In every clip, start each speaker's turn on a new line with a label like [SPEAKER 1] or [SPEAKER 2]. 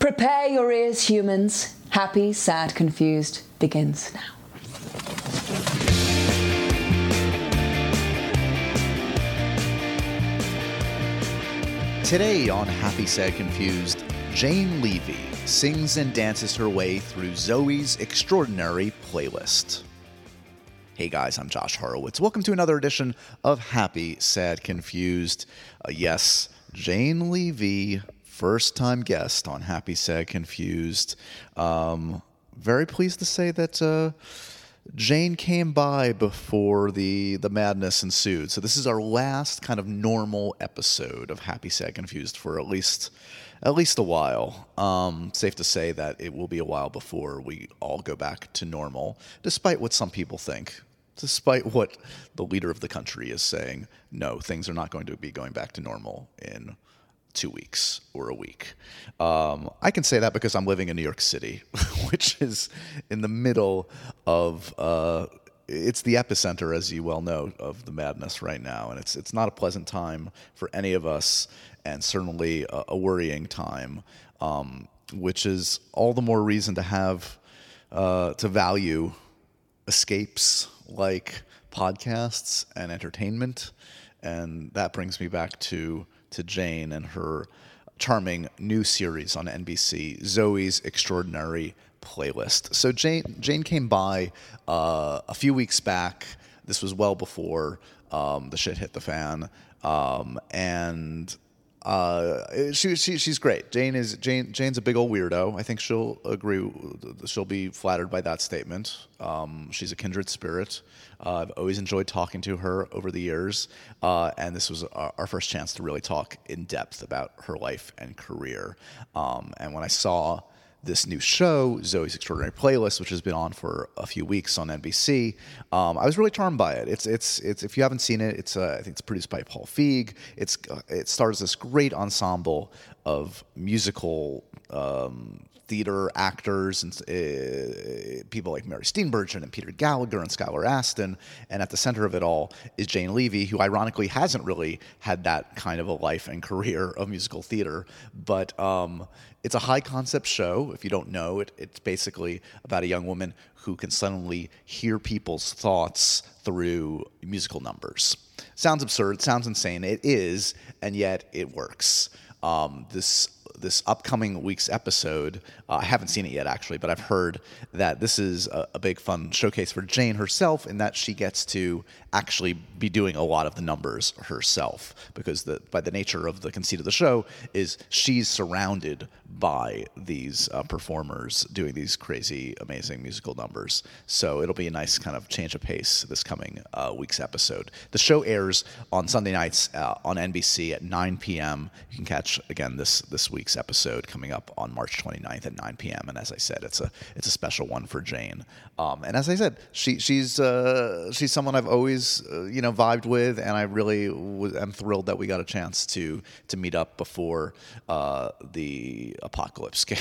[SPEAKER 1] Prepare your ears, humans. Happy, Sad, Confused begins now.
[SPEAKER 2] Today on Happy, Sad, Confused, Jane Levy sings and dances her way through Zoe's extraordinary playlist. Hey guys, I'm Josh Horowitz. Welcome to another edition of Happy, Sad, Confused. Uh, yes, Jane Levy, first time guest on Happy, Sad, Confused. Um, very pleased to say that. Uh, Jane came by before the the madness ensued. So this is our last kind of normal episode of Happy Sad Confused for at least at least a while. Um, safe to say that it will be a while before we all go back to normal, despite what some people think. Despite what the leader of the country is saying, no, things are not going to be going back to normal in two weeks or a week. Um, I can say that because I'm living in New York City, which is in the middle of. Uh, it's the epicenter, as you well know, of the madness right now, and it's it's not a pleasant time for any of us, and certainly a, a worrying time, um, which is all the more reason to have uh, to value escapes like podcasts and entertainment. And that brings me back to to Jane and her charming new series on NBC, Zoe's Extraordinary Playlist. So Jane Jane came by uh, a few weeks back. This was well before um, the shit hit the fan, um, and uh, she, she she's great. Jane is Jane Jane's a big old weirdo. I think she'll agree. She'll be flattered by that statement. Um, she's a kindred spirit. Uh, I've always enjoyed talking to her over the years, uh, and this was our, our first chance to really talk in depth about her life and career. Um, and when I saw this new show, Zoe's Extraordinary Playlist, which has been on for a few weeks on NBC. Um, I was really charmed by it. It's it's it's if you haven't seen it, it's uh, I think it's produced by Paul Feig. It's uh, it stars this great ensemble of musical um, theater actors and uh, people like Mary Steenburgen and Peter Gallagher and Skylar Aston. And at the center of it all is Jane Levy, who ironically hasn't really had that kind of a life and career of musical theater, but. Um, it's a high concept show. If you don't know it, it's basically about a young woman who can suddenly hear people's thoughts through musical numbers. Sounds absurd, sounds insane. It is, and yet it works. Um, this this upcoming week's episode, uh, I haven't seen it yet actually, but I've heard that this is a, a big fun showcase for Jane herself, in that she gets to actually be doing a lot of the numbers herself because the by the nature of the conceit of the show is she's surrounded by these uh, performers doing these crazy, amazing musical numbers. So it'll be a nice kind of change of pace this coming uh, week's episode. The show airs on Sunday nights uh, on NBC at 9 p.m. You can catch again this this week's episode coming up on March 29th at 9 p.m. And as I said, it's a it's a special one for Jane. Um, and as I said, she she's uh, she's someone I've always uh, you know vibed with, and I really w- am thrilled that we got a chance to to meet up before uh, the apocalypse came.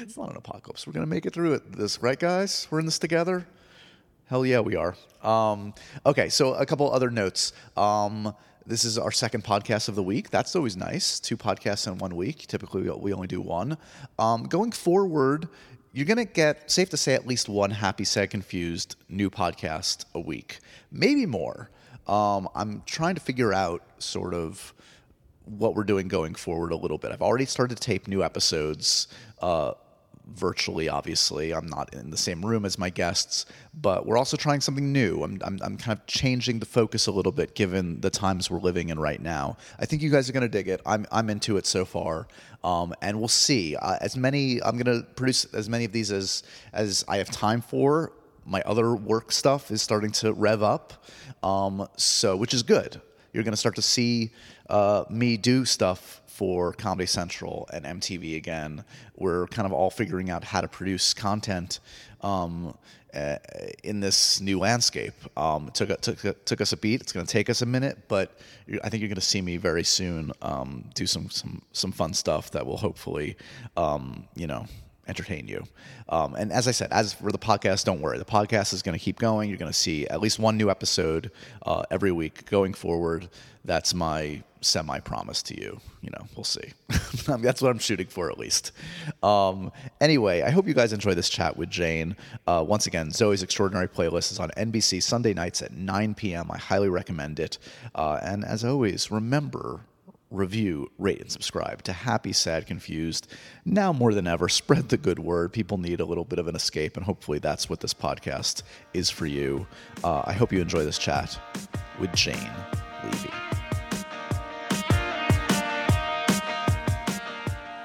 [SPEAKER 2] it's not an apocalypse. We're gonna make it through it. This right, guys? We're in this together. Hell yeah, we are. Um, okay, so a couple other notes. Um, this is our second podcast of the week. That's always nice. Two podcasts in one week. Typically, we- we only do one. Um, going forward, you're going to get, safe to say, at least one Happy, Sad, Confused new podcast a week, maybe more. Um, I'm trying to figure out sort of what we're doing going forward a little bit. I've already started to tape new episodes. Uh, virtually obviously i'm not in the same room as my guests but we're also trying something new I'm, I'm, I'm kind of changing the focus a little bit given the times we're living in right now i think you guys are going to dig it i'm, I'm into it so far um, and we'll see uh, as many i'm going to produce as many of these as as i have time for my other work stuff is starting to rev up um, so which is good you're going to start to see uh, me do stuff for Comedy Central and MTV again. We're kind of all figuring out how to produce content um, uh, in this new landscape. Um, it took, it took it took us a beat. It's going to take us a minute, but you- I think you're going to see me very soon um, do some some some fun stuff that will hopefully, um, you know, entertain you. Um, and as I said, as for the podcast, don't worry. The podcast is going to keep going. You're going to see at least one new episode uh, every week going forward. That's my semi promise to you. You know, we'll see. That's what I'm shooting for, at least. Um, anyway, I hope you guys enjoy this chat with Jane. Uh, once again, Zoe's Extraordinary Playlist is on NBC Sunday nights at 9 p.m. I highly recommend it. Uh, and as always, remember review, rate, and subscribe to Happy, Sad, Confused. Now more than ever, spread the good word. People need a little bit of an escape, and hopefully that's what this podcast is for you. Uh, I hope you enjoy this chat with Jane Levy.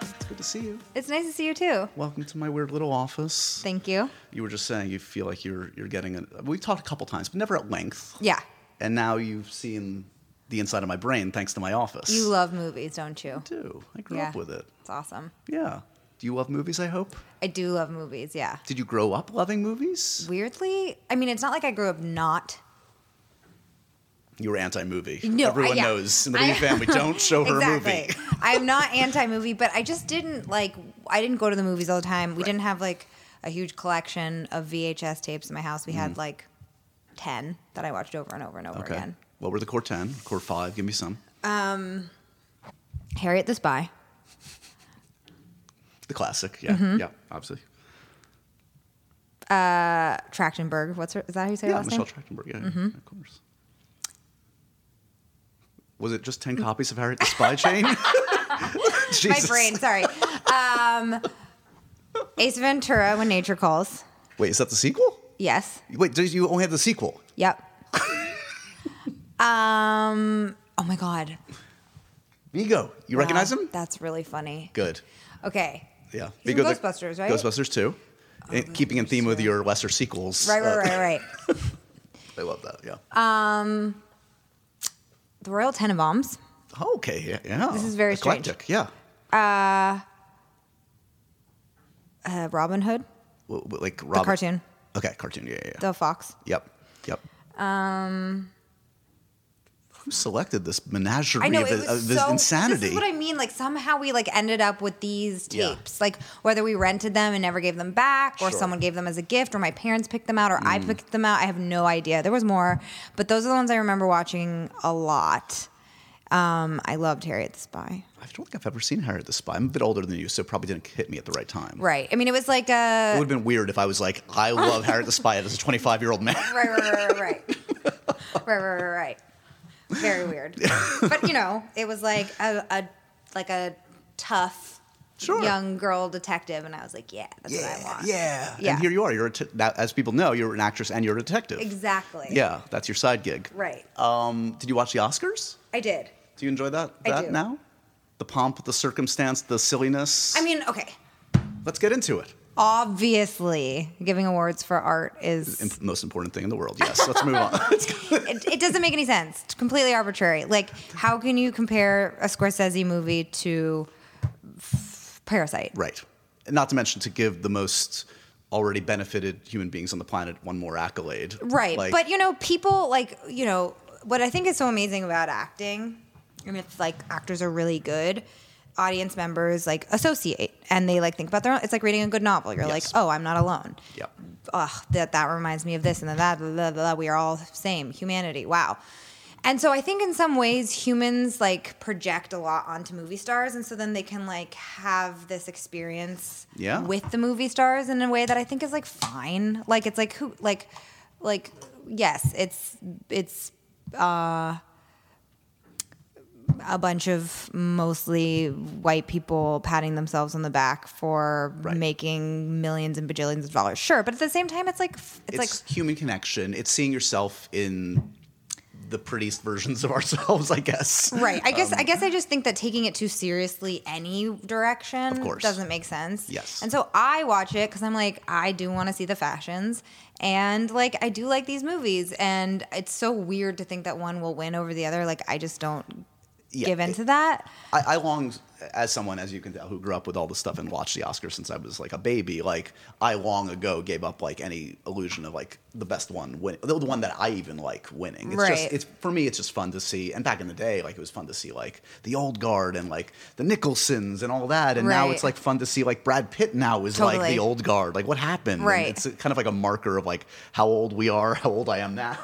[SPEAKER 2] It's good to see you.
[SPEAKER 3] It's nice to see you too.
[SPEAKER 2] Welcome to my weird little office.
[SPEAKER 3] Thank you.
[SPEAKER 2] you were just saying you feel like you're you're getting a we talked a couple times, but never at length.
[SPEAKER 3] Yeah.
[SPEAKER 2] And now you've seen the inside of my brain thanks to my office.
[SPEAKER 3] You love movies, don't you?
[SPEAKER 2] do. I grew up with it.
[SPEAKER 3] It's awesome.
[SPEAKER 2] Yeah. Do you love movies, I hope?
[SPEAKER 3] I do love movies, yeah.
[SPEAKER 2] Did you grow up loving movies?
[SPEAKER 3] Weirdly, I mean, it's not like I grew up not.
[SPEAKER 2] You were anti movie.
[SPEAKER 3] No, I-
[SPEAKER 2] Everyone
[SPEAKER 3] yeah.
[SPEAKER 2] knows in the
[SPEAKER 3] I-
[SPEAKER 2] Lee family, don't show her a movie.
[SPEAKER 3] exactly. I'm not anti movie, but I just didn't like, I didn't go to the movies all the time. We didn't have like a huge collection of VHS tapes in my house. We
[SPEAKER 2] Mm-hmm.
[SPEAKER 3] had like 10 that I watched over and over and over again.
[SPEAKER 2] What were the core 10, core 5? Give me some.
[SPEAKER 3] Harriet the Spy,
[SPEAKER 2] The classic. Yeah.
[SPEAKER 3] Mm-hmm.
[SPEAKER 2] Yeah. Obviously.
[SPEAKER 3] Trachtenberg. What's her, is that how you say her
[SPEAKER 2] Yeah.
[SPEAKER 3] last
[SPEAKER 2] Michelle
[SPEAKER 3] name?
[SPEAKER 2] Trachtenberg. Yeah. yeah,
[SPEAKER 3] Mm-hmm.
[SPEAKER 2] Of course. Was it just 10 copies of Harriet the Spy Chain?
[SPEAKER 3] My
[SPEAKER 2] Jesus.
[SPEAKER 3] brain, sorry. um, Ace Ventura, When Nature Calls.
[SPEAKER 2] Wait, is that the sequel?
[SPEAKER 3] Yes.
[SPEAKER 2] Wait, did you only have the sequel?
[SPEAKER 3] Yep. um. Oh my god.
[SPEAKER 2] Vigo. You recognize
[SPEAKER 3] Wow,
[SPEAKER 2] him?
[SPEAKER 3] That's really funny.
[SPEAKER 2] Good.
[SPEAKER 3] Okay.
[SPEAKER 2] Yeah.
[SPEAKER 3] He's in
[SPEAKER 2] Vigo the-
[SPEAKER 3] Ghostbusters, right?
[SPEAKER 2] Ghostbusters 2. Eh, keeping in theme with your lesser sequels.
[SPEAKER 3] Right, right,
[SPEAKER 2] uh,
[SPEAKER 3] right, right.
[SPEAKER 2] I love that. Yeah.
[SPEAKER 3] the Royal Tenenbaums.
[SPEAKER 2] Oh, okay. Yeah. yeah.
[SPEAKER 3] This is very strange.
[SPEAKER 2] eclectic. Yeah.
[SPEAKER 3] Uh, Robin Hood.
[SPEAKER 2] W- w- Like Robin.
[SPEAKER 3] cartoon.
[SPEAKER 2] Okay, cartoon. Yeah, yeah. yeah.
[SPEAKER 3] The Fox.
[SPEAKER 2] Yep. Yep. Um. Who selected this menagerie
[SPEAKER 3] I know
[SPEAKER 2] of,
[SPEAKER 3] it
[SPEAKER 2] this-
[SPEAKER 3] was
[SPEAKER 2] of this
[SPEAKER 3] so.
[SPEAKER 2] uh, insanity?
[SPEAKER 3] This is what I mean. Like somehow we like ended up with these
[SPEAKER 2] Yeah.
[SPEAKER 3] tapes. Like whether we rented them and never gave them back, or
[SPEAKER 2] Sure. Mm.
[SPEAKER 3] someone gave them as a gift, or my parents picked them out, or I picked them out. I have no idea. There was more, but those are the ones I remember watching a lot. Um, I loved Harriet the Spy.
[SPEAKER 2] I don't think I've ever seen Harriet the Spy. I'm a bit older than you, so it probably didn't hit me at the right time.
[SPEAKER 3] Right. I mean, it was like
[SPEAKER 2] It
[SPEAKER 3] a
[SPEAKER 2] would have been weird if I was like, I love Harriet the Spy as a 25 year old man.
[SPEAKER 3] right, right, right, right, right, right, right, right, right. Very weird. but you know, it was like a, a like a tough
[SPEAKER 2] Sure.
[SPEAKER 3] young girl detective, and I was like, yeah, that's what I
[SPEAKER 2] Yeah,
[SPEAKER 3] want.
[SPEAKER 2] yeah.
[SPEAKER 3] Yeah.
[SPEAKER 2] And here you are. You're a t- now, as people know, you're an actress and you're a detective.
[SPEAKER 3] Exactly.
[SPEAKER 2] Yeah, that's your side gig.
[SPEAKER 3] Right.
[SPEAKER 2] Um, did you watch the Oscars?
[SPEAKER 3] I did.
[SPEAKER 2] Do you enjoy that?
[SPEAKER 3] I
[SPEAKER 2] That
[SPEAKER 3] do.
[SPEAKER 2] now? The pomp, the circumstance, the silliness.
[SPEAKER 3] I mean, okay.
[SPEAKER 2] let's get into it.
[SPEAKER 3] Obviously, giving awards for art is
[SPEAKER 2] Im- most important thing in the world. Yes, let's move on. Let's go.
[SPEAKER 3] it, it doesn't make any sense. It's completely arbitrary. Like, how can you compare a Scorsese movie to f- Parasite?
[SPEAKER 2] right. And Not to mention to give the most already benefited human beings on the planet one more accolade.
[SPEAKER 3] Right.
[SPEAKER 2] Like,
[SPEAKER 3] but you know, people like, you know, what I think is so amazing about acting, and if like actors are really good, audience members like associate and they like think about their own. It's like reading a good novel. You're
[SPEAKER 2] Yes.
[SPEAKER 3] like, oh, I'm not alone.
[SPEAKER 2] Yep.
[SPEAKER 3] Ugh, that that reminds me of this and then that. Blah, blah, blah, we are all same humanity. Wow. And so I think in some ways humans like project a lot onto movie stars, and so then they can like have this experience
[SPEAKER 2] Yeah.
[SPEAKER 3] with the movie stars in a way that I think is like fine. Like it's like who like like yes, it's it's uh a bunch of mostly white people patting themselves on the back for
[SPEAKER 2] Right.
[SPEAKER 3] making millions and bajillions of dollars. Sure, but at the same time it's like f- it's,
[SPEAKER 2] it's,
[SPEAKER 3] like
[SPEAKER 2] human connection. It's seeing yourself in the prettiest versions of ourselves, I guess.
[SPEAKER 3] Right. I
[SPEAKER 2] Um,
[SPEAKER 3] guess I guess I just think that taking it too seriously any direction
[SPEAKER 2] Of course.
[SPEAKER 3] doesn't make sense.
[SPEAKER 2] Yes.
[SPEAKER 3] And so I watch it cuz I'm like I do want to see the fashions and like I do like these movies and it's so weird to think that one will win over the other like I just don't
[SPEAKER 2] Yeah,
[SPEAKER 3] give
[SPEAKER 2] it-
[SPEAKER 3] into that.
[SPEAKER 2] I, I long, as someone, as you can tell, who grew up with all this stuff and watched the Oscars since I was like a baby, like I long ago gave up like any illusion of like the best one win, the the one that I even like winning. It's
[SPEAKER 3] Right.
[SPEAKER 2] just, it's for me, it's just fun to see. And back in the day, like it was fun to see like the old guard and like the Nicholsons and all that. And now
[SPEAKER 3] Right.
[SPEAKER 2] it's like fun to see like Brad Pitt now is like
[SPEAKER 3] Totally.
[SPEAKER 2] the old guard. Like what happened? And
[SPEAKER 3] Right.
[SPEAKER 2] it's kind of like a marker of like how old we are, how old I am now.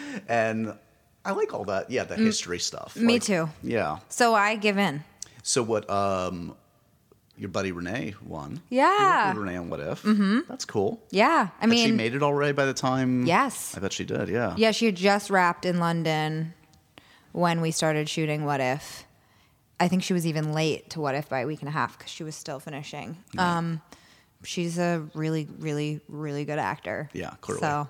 [SPEAKER 2] and I like all that. Yeah, the history stuff.
[SPEAKER 3] Mm. me
[SPEAKER 2] Like,
[SPEAKER 3] too.
[SPEAKER 2] Yeah.
[SPEAKER 3] So I give in.
[SPEAKER 2] So what? Um, your buddy Renee won.
[SPEAKER 3] Yeah.
[SPEAKER 2] You worked with Renee on What If? Mm-hmm. That's cool.
[SPEAKER 3] Yeah, I
[SPEAKER 2] Had she
[SPEAKER 3] mean,
[SPEAKER 2] made it already by the time.
[SPEAKER 3] Yes.
[SPEAKER 2] I bet she did. Yeah.
[SPEAKER 3] yeah, she had just wrapped in London when we started shooting What If. I think she was even late to What If by a week and a half because she was still finishing. Um, she's a really, really, really good actor.
[SPEAKER 2] Yeah, clearly.
[SPEAKER 3] So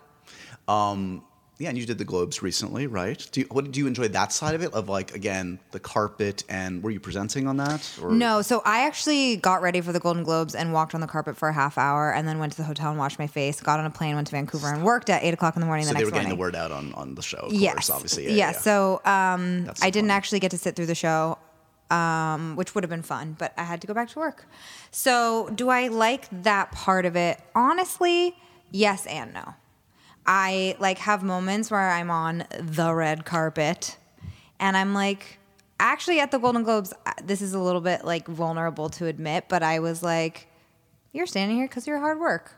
[SPEAKER 2] Yeah, and you did the Globes recently, right? Do you, what do you enjoy that side of it? Of like again the carpet and were you presenting on that? Or?
[SPEAKER 3] No, so I actually got ready for the Golden Globes and walked on the carpet for a half hour, and then went to the hotel and washed my face. Got on a plane, went to Vancouver, and worked at eight o'clock in the morning.
[SPEAKER 2] So
[SPEAKER 3] the
[SPEAKER 2] they
[SPEAKER 3] next
[SPEAKER 2] were getting
[SPEAKER 3] morning.
[SPEAKER 2] the word out on, on the show, of
[SPEAKER 3] yes,
[SPEAKER 2] course, obviously. Yeah,
[SPEAKER 3] yeah.
[SPEAKER 2] yeah, yeah.
[SPEAKER 3] So um,
[SPEAKER 2] That's
[SPEAKER 3] I
[SPEAKER 2] the
[SPEAKER 3] didn't
[SPEAKER 2] plan.
[SPEAKER 3] actually get to sit through the show, um, which would have been fun, but I had to go back to work. So do I like that part of it? Honestly, yes and no. I like have moments where I'm on the red carpet and I'm like, actually, at the Golden Globes, I- this is a little bit like vulnerable to admit, but I was like, you're standing here because of your hard work.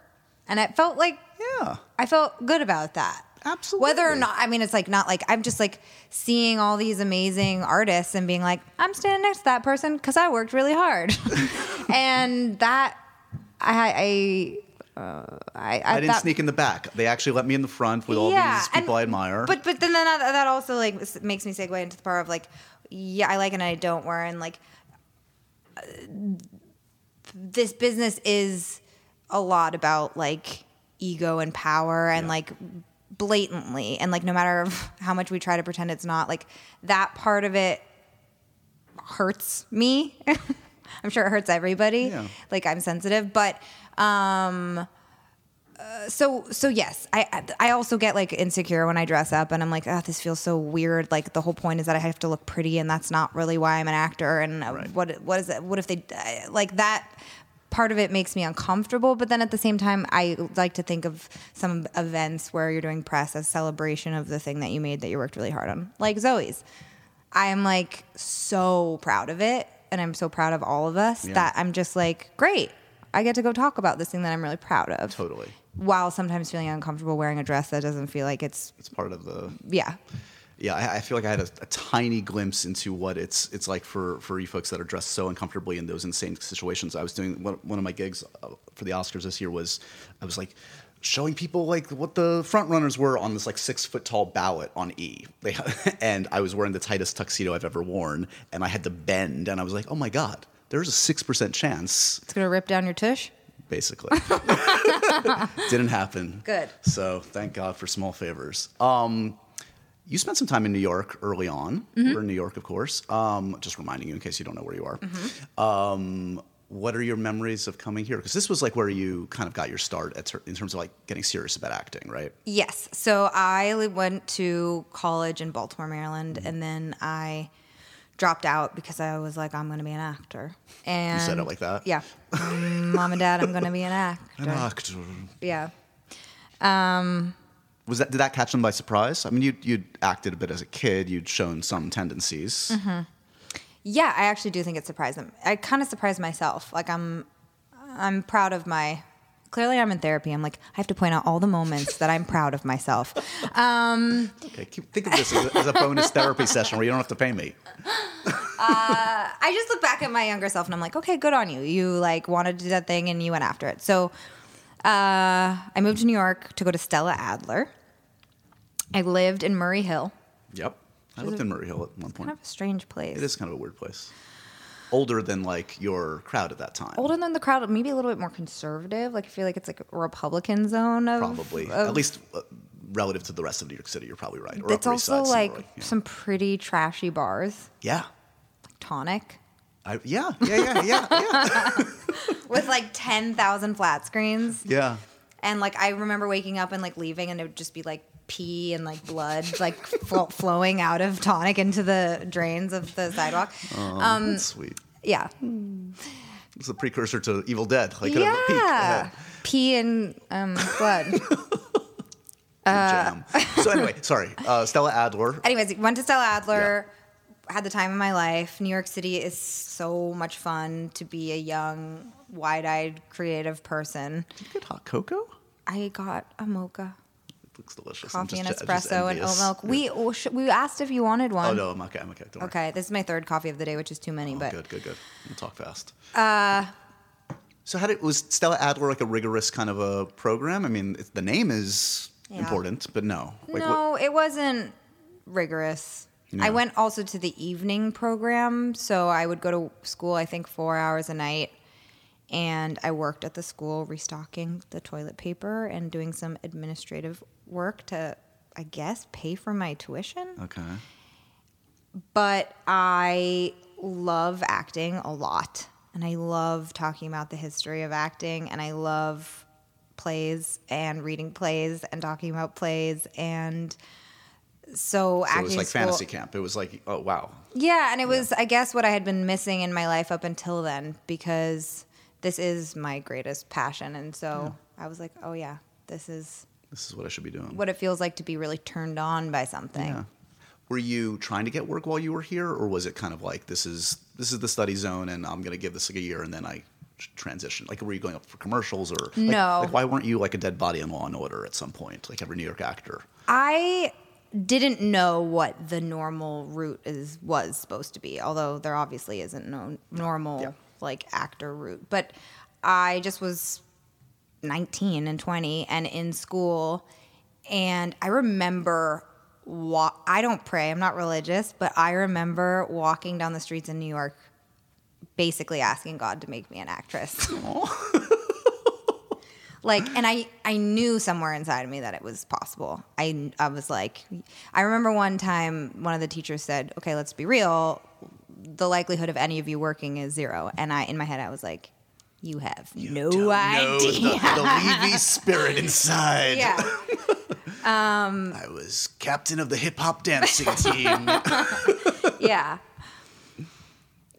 [SPEAKER 3] And it felt like,
[SPEAKER 2] Yeah.
[SPEAKER 3] I felt good about that.
[SPEAKER 2] Absolutely.
[SPEAKER 3] Whether or not, I mean, it's like not like I'm just like seeing all these amazing artists and being like, I'm standing next to that person because I worked really hard, and that I I uh, I, I,
[SPEAKER 2] I didn't
[SPEAKER 3] thought-
[SPEAKER 2] sneak in the back. They actually let me in the front with all these
[SPEAKER 3] and-
[SPEAKER 2] people I admire.
[SPEAKER 3] But but then that, that also like s- makes me segue into the part of like, yeah, I like and I don't wear and like, uh, this business is a lot about like ego and power and
[SPEAKER 2] Yeah.
[SPEAKER 3] like blatantly and like no matter how much we try to pretend it's not like that part of it hurts me. I'm sure it hurts everybody.
[SPEAKER 2] Yeah.
[SPEAKER 3] Like I'm sensitive, but um, so so yes i i also get like insecure when i dress up and i'm like ah this feels so weird like the whole point is that i have to look pretty and that's not really why i'm an actor and uh
[SPEAKER 2] Right.
[SPEAKER 3] what what is it what if they I- like that part of it makes me uncomfortable but then at the same time i like to think of some events where you're doing press as celebration of the thing that you made that you worked really hard on like zoe's i'm like so proud of it and i'm so proud of all of us
[SPEAKER 2] Yeah.
[SPEAKER 3] that i'm just like great i get to go talk about this thing that i'm really proud of
[SPEAKER 2] totally.
[SPEAKER 3] while sometimes feeling uncomfortable wearing a dress that doesn't feel like it's
[SPEAKER 2] It's part of the
[SPEAKER 3] yeah
[SPEAKER 2] Yeah, I, I feel like I had a, a tiny glimpse into what it's it's like for for you folks that are dressed so uncomfortably in those insane situations. I was doing one, one of my gigs uh, for the Oscars this year was I was like showing people like what the front runners were on this like six foot tall ballot on E. They, and I was wearing the tightest tuxedo I've ever worn, and I had to bend, and I was like, oh my god, there's a six percent chance
[SPEAKER 3] it's gonna rip down your tush
[SPEAKER 2] basically. Didn't happen.
[SPEAKER 3] Good.
[SPEAKER 2] So thank God for small favors. Um, you spent some time in New York early on. We're in New York, of course. Um, just reminding you in case you don't know where you are. Um, what are your memories of coming here? Because this was like where you kind of got your start at ter- in terms of like getting serious about acting, right?
[SPEAKER 3] yes so i li- went to college in baltimore maryland and then i dropped out because i was like i'm gonna be an actor and
[SPEAKER 2] said it like that?
[SPEAKER 3] yeah Um, mom and dad i'm gonna be an actor
[SPEAKER 2] Actor.
[SPEAKER 3] yeah
[SPEAKER 2] Was that did that catch them by surprise? I mean, you you'd acted a bit as a kid. You'd shown some tendencies.
[SPEAKER 3] yeah i actually do think it surprised them i kind of surprised myself like i'm i'm proud of my clearly i'm in therapy i'm like i have to point out all the moments that i'm proud of myself Um,
[SPEAKER 2] Okay, keep, think of this as a, as a bonus therapy session where you don't have to pay me.
[SPEAKER 3] I just look back at my younger self and I'm like, okay, good on you. You like wanted to do that thing and you went after it. So uh, I moved to New York to go to Stella Adler. I lived in Murray Hill,
[SPEAKER 2] Yep. I lived in Murray Hill at one point.
[SPEAKER 3] kind of a strange place.
[SPEAKER 2] It is kind of a weird place. Older than like your crowd at that time.
[SPEAKER 3] Older than the crowd, maybe a little bit more conservative. Like I feel like it's like a Republican zone of
[SPEAKER 2] probably.
[SPEAKER 3] of-
[SPEAKER 2] at least uh, relative to the rest of New York City, you're probably right. Or
[SPEAKER 3] It's
[SPEAKER 2] Upper East
[SPEAKER 3] also
[SPEAKER 2] Side,
[SPEAKER 3] like
[SPEAKER 2] similarly, yeah.
[SPEAKER 3] some pretty trashy bars,
[SPEAKER 2] Yeah.
[SPEAKER 3] like Tonic,
[SPEAKER 2] I, yeah, yeah, yeah, yeah, yeah.
[SPEAKER 3] with like ten thousand flat screens.
[SPEAKER 2] yeah.
[SPEAKER 3] And like I remember waking up and like leaving, and it would just be like pee and like blood like flo- flowing out of Tonic into the drains of the sidewalk.
[SPEAKER 2] um, sweet.
[SPEAKER 3] Yeah,
[SPEAKER 2] It's a precursor to Evil Dead. Like could have peeked
[SPEAKER 3] yeah,
[SPEAKER 2] ahead.
[SPEAKER 3] pee and um, blood. Uh,
[SPEAKER 2] Good jam. So anyway, sorry. Uh, Stella Adler.
[SPEAKER 3] Anyways, went to Stella Adler. Had the time of my life. New York City is so much fun to be a young, wide-eyed, creative person.
[SPEAKER 2] Did you get hot cocoa?
[SPEAKER 3] I got a mocha.
[SPEAKER 2] It looks delicious. I'm
[SPEAKER 3] coffee and
[SPEAKER 2] just- I'm just
[SPEAKER 3] espresso and oat
[SPEAKER 2] envious.
[SPEAKER 3] milk. We oh, sh- we asked if you wanted one.
[SPEAKER 2] Oh no, I'm okay. I'm okay. Don't worry.
[SPEAKER 3] Okay, this is my third coffee of the day, which is too many. but
[SPEAKER 2] Good, good, good. We'll talk fast. Uh, so how did was Stella Adler like a rigorous kind of a program? I mean, it, the name is
[SPEAKER 3] Yeah.
[SPEAKER 2] important, but no. Like,
[SPEAKER 3] no, it wasn't rigorous.
[SPEAKER 2] Yeah.
[SPEAKER 3] I went also to the evening program, so I would go to school. I think four hours a night, and I worked at the school restocking the toilet paper and doing some administrative work to, I guess, pay for my tuition.
[SPEAKER 2] What, okay.
[SPEAKER 3] but I love acting a lot. And I love talking about the history of acting. And I love plays and reading plays and talking about plays. And
[SPEAKER 2] So
[SPEAKER 3] so, acting
[SPEAKER 2] it was like
[SPEAKER 3] school-
[SPEAKER 2] fantasy camp. It was like, oh wow.
[SPEAKER 3] Yeah. And it was, I guess, what I had been missing in my life up until then because this is my greatest passion. And so I was like, oh, yeah, this is
[SPEAKER 2] This is what I should be doing.
[SPEAKER 3] what it feels like to be really turned on by something.
[SPEAKER 2] Yeah. Were you trying to get work while you were here, or was it kind of like this is this is the study zone, and I'm gonna give this like a year, and then I tr- transition? Like, were you going up for commercials, or like-
[SPEAKER 3] No.
[SPEAKER 2] Like, why weren't you like a dead body in Law and Order at some point, like every New York actor?
[SPEAKER 3] I didn't know what the normal route is was supposed to be, although there obviously isn't no normal
[SPEAKER 2] Yeah.
[SPEAKER 3] like actor route. But I just was 19 and 20 and in school and I remember wa- I don't pray, I'm not religious, but I remember walking down the streets in New York basically asking God to make me an actress. like and I I knew somewhere inside of me that it was possible. I I was like I remember one time one of the teachers said, "Okay, let's be real. The likelihood of any of you working is zero. And I in my head I was like, "You have no
[SPEAKER 2] Don't know
[SPEAKER 3] idea."
[SPEAKER 2] the, the Levy spirit inside.
[SPEAKER 3] Yeah.
[SPEAKER 2] I was captain of the hip hop dancing team.
[SPEAKER 3] Yeah.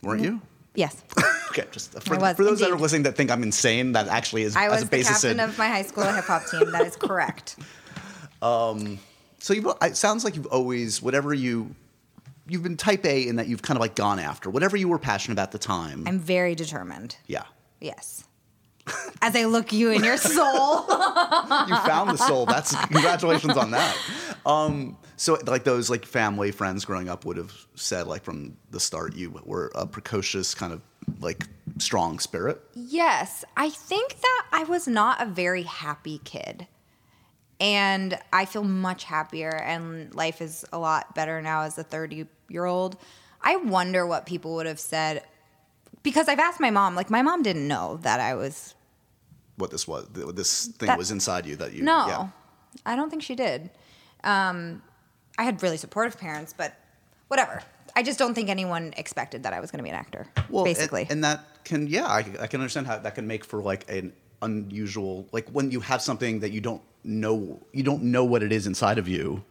[SPEAKER 2] Weren't you?
[SPEAKER 3] Yes.
[SPEAKER 2] Okay, just for,
[SPEAKER 3] I was,
[SPEAKER 2] for those that are
[SPEAKER 3] indeed.
[SPEAKER 2] listening that think I'm insane, that actually is
[SPEAKER 3] I
[SPEAKER 2] as
[SPEAKER 3] was
[SPEAKER 2] a
[SPEAKER 3] the
[SPEAKER 2] basis
[SPEAKER 3] captain
[SPEAKER 2] in.
[SPEAKER 3] of my high school hip hop team. That is correct.
[SPEAKER 2] so you, it sounds like you've always whatever you, you've been type A in that you've kind of like gone after whatever you were passionate about at the time.
[SPEAKER 3] I'm very determined.
[SPEAKER 2] yeah,
[SPEAKER 3] Yes. As I look you in your soul.
[SPEAKER 2] you found the soul. That's congratulations on that. Um, so like those like family friends growing up would have said like from the start you were a precocious kind of like strong spirit.
[SPEAKER 3] Yes, I think that I was not a very happy kid. And I feel much happier, and life is a lot better now as a 30 year old. I wonder what people would have said because I've asked my mom, like, my mom didn't know that I was.
[SPEAKER 2] What this was, th- this thing
[SPEAKER 3] Mm, That-
[SPEAKER 2] was inside you that you
[SPEAKER 3] No,
[SPEAKER 2] yeah.
[SPEAKER 3] I don't think she did. Um, I had really supportive parents, but whatever. I just don't think anyone expected that I was going to be an actor,
[SPEAKER 2] well, and-
[SPEAKER 3] basically.
[SPEAKER 2] And, that can, yeah, I, I can understand how that can make for like an unusual, like when you have something that you don't know, you don't know what it is inside of you,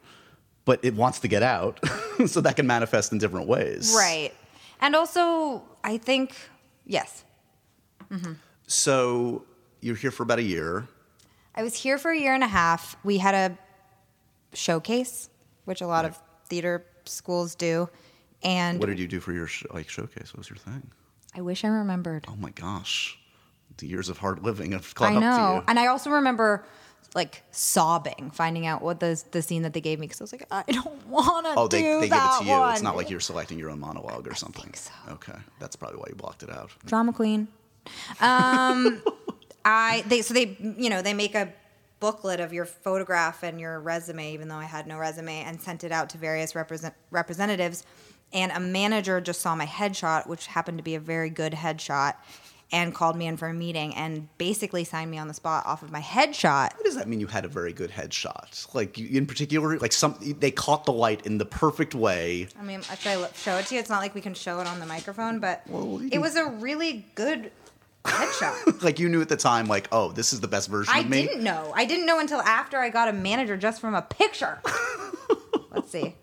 [SPEAKER 2] but it wants to get out. so that can manifest in different ways.
[SPEAKER 3] right. And also, I think, yes,
[SPEAKER 2] So you're here for about a year.
[SPEAKER 3] I was here for a year and a half. We had a showcase, which a lot of theater schools do. And
[SPEAKER 2] What did you do for your sh- like showcase? What was your thing?
[SPEAKER 3] I wish I remembered.
[SPEAKER 2] Oh my gosh. The years of hard living have caught
[SPEAKER 3] I
[SPEAKER 2] up
[SPEAKER 3] know.
[SPEAKER 2] to you.
[SPEAKER 3] And I also remember like sobbing, finding out what the, the scene that they gave me because I was like, I don't want to
[SPEAKER 2] Oh, they,
[SPEAKER 3] do
[SPEAKER 2] they give
[SPEAKER 3] that
[SPEAKER 2] it to you.
[SPEAKER 3] One.
[SPEAKER 2] It's not like you're selecting your own monologue or something.
[SPEAKER 3] so.
[SPEAKER 2] Okay. That's probably why you blocked it out.
[SPEAKER 3] drama queen. Um, I they so they you know they make a booklet of your photograph and your resume, even though I had no resume, and sent it out to various represent, representatives. And a manager just saw my headshot, which happened to be a very good headshot, and called me in for a meeting and basically signed me on the spot off of my headshot.
[SPEAKER 2] What does that mean? You had a very good headshot, like you, in particular, like some they caught the light in the perfect way.
[SPEAKER 3] I mean, should I lo- show it to you? It's not like we can show it on the microphone, but
[SPEAKER 2] Well, we
[SPEAKER 3] it
[SPEAKER 2] can-
[SPEAKER 3] was a really good headshot.
[SPEAKER 2] like you knew at the time, like, oh, this is the best version
[SPEAKER 3] I
[SPEAKER 2] of me.
[SPEAKER 3] didn't know. I didn't know until after I got a manager just from a picture. Let's see.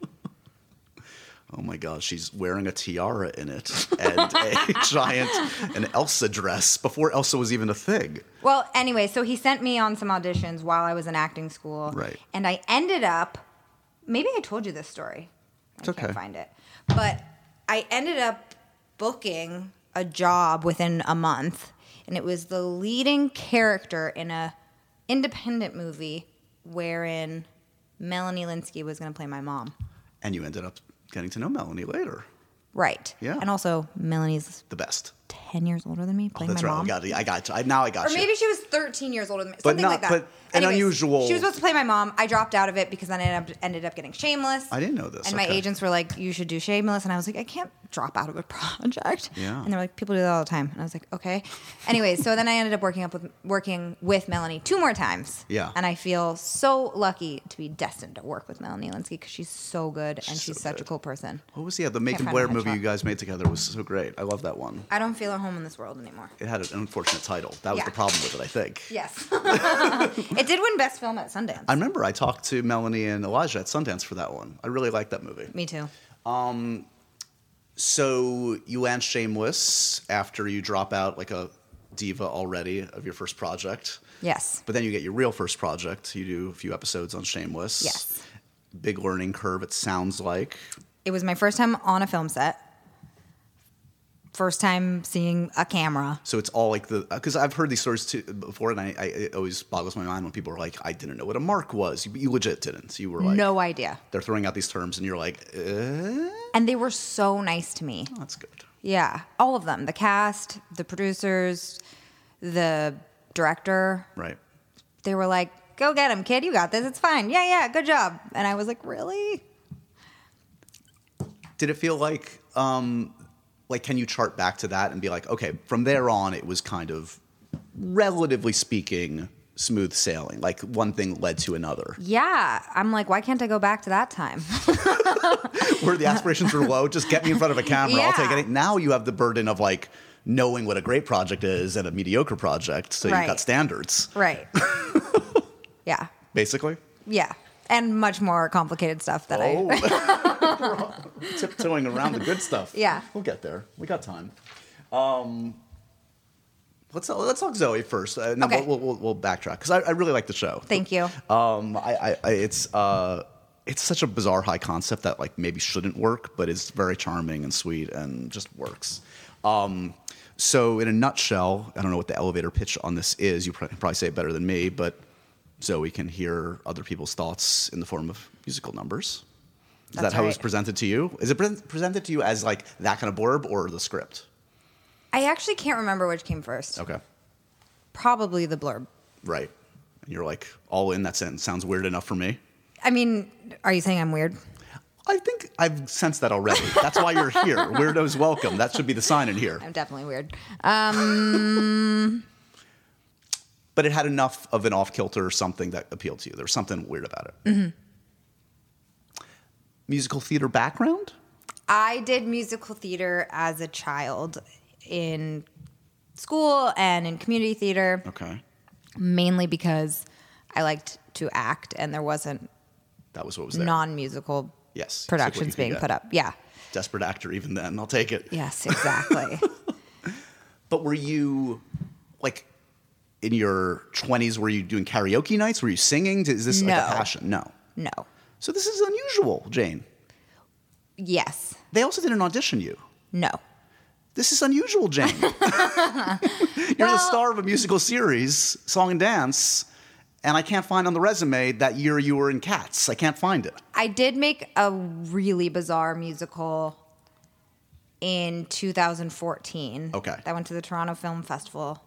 [SPEAKER 2] Oh my gosh, she's wearing a tiara in it and a giant an Elsa dress before Elsa was even a thing.
[SPEAKER 3] Well, anyway, so he sent me on some auditions while I was in acting school.
[SPEAKER 2] Right.
[SPEAKER 3] And I ended up, maybe I told you this story. I
[SPEAKER 2] It's okay.
[SPEAKER 3] can't find it. But I ended up booking a job within a month, and it was the leading character in a independent movie wherein Melanie Linsky was going to play my mom.
[SPEAKER 2] And you ended up getting to know Melanie later.
[SPEAKER 3] Right.
[SPEAKER 2] Yeah.
[SPEAKER 3] And also, Melanie's
[SPEAKER 2] The best.
[SPEAKER 3] 10 years older than me playing
[SPEAKER 2] That's
[SPEAKER 3] my
[SPEAKER 2] right.
[SPEAKER 3] mom.
[SPEAKER 2] I got it. I got you. I, now I got
[SPEAKER 3] Or
[SPEAKER 2] you.
[SPEAKER 3] maybe she was 13 years older than me.
[SPEAKER 2] But
[SPEAKER 3] Something
[SPEAKER 2] not-
[SPEAKER 3] like that.
[SPEAKER 2] but an unusual-
[SPEAKER 3] She was supposed to play my mom. I dropped out of it because then I ended up, ended up getting shameless.
[SPEAKER 2] I didn't know this.
[SPEAKER 3] And my
[SPEAKER 2] Okay.
[SPEAKER 3] agents were like, you should do shameless. And I was like, I can't drop out of a project.
[SPEAKER 2] Yeah.
[SPEAKER 3] And they're like, people do that all the time. And I was like, okay. anyway, so then I ended up working up with working with Melanie two more times.
[SPEAKER 2] Yeah.
[SPEAKER 3] And I feel so lucky to be destined to work with Melanie Linsky because she's so good and she's
[SPEAKER 2] so
[SPEAKER 3] such a
[SPEAKER 2] good.
[SPEAKER 3] cool person.
[SPEAKER 2] what was yeah, the Make
[SPEAKER 3] Can't
[SPEAKER 2] and
[SPEAKER 3] find
[SPEAKER 2] Blair
[SPEAKER 3] my
[SPEAKER 2] movie
[SPEAKER 3] headshot.
[SPEAKER 2] you guys made together was so great. I love that one.
[SPEAKER 3] I don't feel at home in this world anymore.
[SPEAKER 2] It had an unfortunate title. That was
[SPEAKER 3] Yeah.
[SPEAKER 2] the problem with it, I think.
[SPEAKER 3] Yes. it did win Best Film at Sundance.
[SPEAKER 2] I remember I talked to Melanie and Elijah at Sundance for that one. I really liked that movie.
[SPEAKER 3] me too.
[SPEAKER 2] So you land Shameless after you drop out like a diva already of your first project.
[SPEAKER 3] Yes.
[SPEAKER 2] But then you get your real first project. You do a few episodes on Shameless.
[SPEAKER 3] Yes.
[SPEAKER 2] Big learning curve, it sounds like.
[SPEAKER 3] It was my first time on a film set. First time seeing a camera.
[SPEAKER 2] So it's all like the because I've heard these stories too before, and I, I it always boggles my mind when people are like, "I didn't know what a mark was." You, you legit didn't. You were like,
[SPEAKER 3] no idea.
[SPEAKER 2] They're throwing out these terms, and you're like, eh?
[SPEAKER 3] And they were so nice to me.
[SPEAKER 2] "That's good."
[SPEAKER 3] Yeah. All of them the cast, the producers, the director.
[SPEAKER 2] Right.
[SPEAKER 3] They were like, go get him, kid. You got this. It's fine. Yeah, yeah. Good job. And I was like, really?
[SPEAKER 2] Did it feel like um like can you chart back to that and be like, okay, from there on, it was kind of relatively speaking smooth sailing. Like one thing led to another.
[SPEAKER 3] Yeah. I'm like, why can't I go back to that time?
[SPEAKER 2] where the aspirations were low, just get me in front of a camera. I'll take
[SPEAKER 3] Yeah.
[SPEAKER 2] it. Now you have the burden of like knowing what a great project is and a mediocre project. So you've got
[SPEAKER 3] Right.
[SPEAKER 2] standards,
[SPEAKER 3] right. yeah.
[SPEAKER 2] basically.
[SPEAKER 3] Yeah. And much more complicated stuff that I.
[SPEAKER 2] Oh, tiptoeing around the good stuff.
[SPEAKER 3] Yeah.
[SPEAKER 2] We'll get there. We got time. Um, let's, let's talk Zoe first, uh, and then
[SPEAKER 3] Okay.
[SPEAKER 2] we'll, we'll, we'll, we'll backtrack because I, I really like the show.
[SPEAKER 3] Thank you.
[SPEAKER 2] Um, I, I, I it's uh, it's such a bizarre high concept that like maybe shouldn't work, but it's very charming and sweet and just works. Um, so in a nutshell, I don't know what the elevator pitch on this is. You pr- probably say it better than me, but Zoe can hear other people's thoughts in the form of musical numbers. Is
[SPEAKER 3] That's
[SPEAKER 2] that how it was
[SPEAKER 3] right.
[SPEAKER 2] presented to you? Is it pre- presented to you as like that kind of blurb or the script?
[SPEAKER 3] I actually can't remember which came first.
[SPEAKER 2] Okay,
[SPEAKER 3] Probably the blurb.
[SPEAKER 2] right. And you're like all in. That sentence sounds weird enough for me.
[SPEAKER 3] I mean, are you saying I'm weird?
[SPEAKER 2] I think I've sensed that already. That's why you're here. Weirdos welcome. That should be the sign in here.
[SPEAKER 3] I'm definitely weird. Uh,
[SPEAKER 2] But it had enough of an off kilter or something that appealed to you. There was something weird about it. Musical theater background?
[SPEAKER 3] I did musical theater as a child in school and in community theater,
[SPEAKER 2] Okay.
[SPEAKER 3] mainly because I liked to act and there wasn't
[SPEAKER 2] That was what was there.
[SPEAKER 3] non musical
[SPEAKER 2] Yes, it's like what you
[SPEAKER 3] productions
[SPEAKER 2] can
[SPEAKER 3] being
[SPEAKER 2] get.
[SPEAKER 3] put up. Yeah.
[SPEAKER 2] Desperate actor, even then. I'll take it.
[SPEAKER 3] Yes, exactly.
[SPEAKER 2] But were you, like, in your 20s, were you doing karaoke nights? Were you singing? Is this like
[SPEAKER 3] No.
[SPEAKER 2] a passion? No.
[SPEAKER 3] no.
[SPEAKER 2] So this is unusual, Jane.
[SPEAKER 3] Yes.
[SPEAKER 2] They also didn't audition you.
[SPEAKER 3] No.
[SPEAKER 2] this is unusual, Jane. You're the
[SPEAKER 3] Well-
[SPEAKER 2] star of a musical series, song and dance, and I can't find on the resume that year you were in Cats. I can't find it.
[SPEAKER 3] I did make a really bizarre musical in 2014.
[SPEAKER 2] Okay.
[SPEAKER 3] That went to the Toronto Film Festival.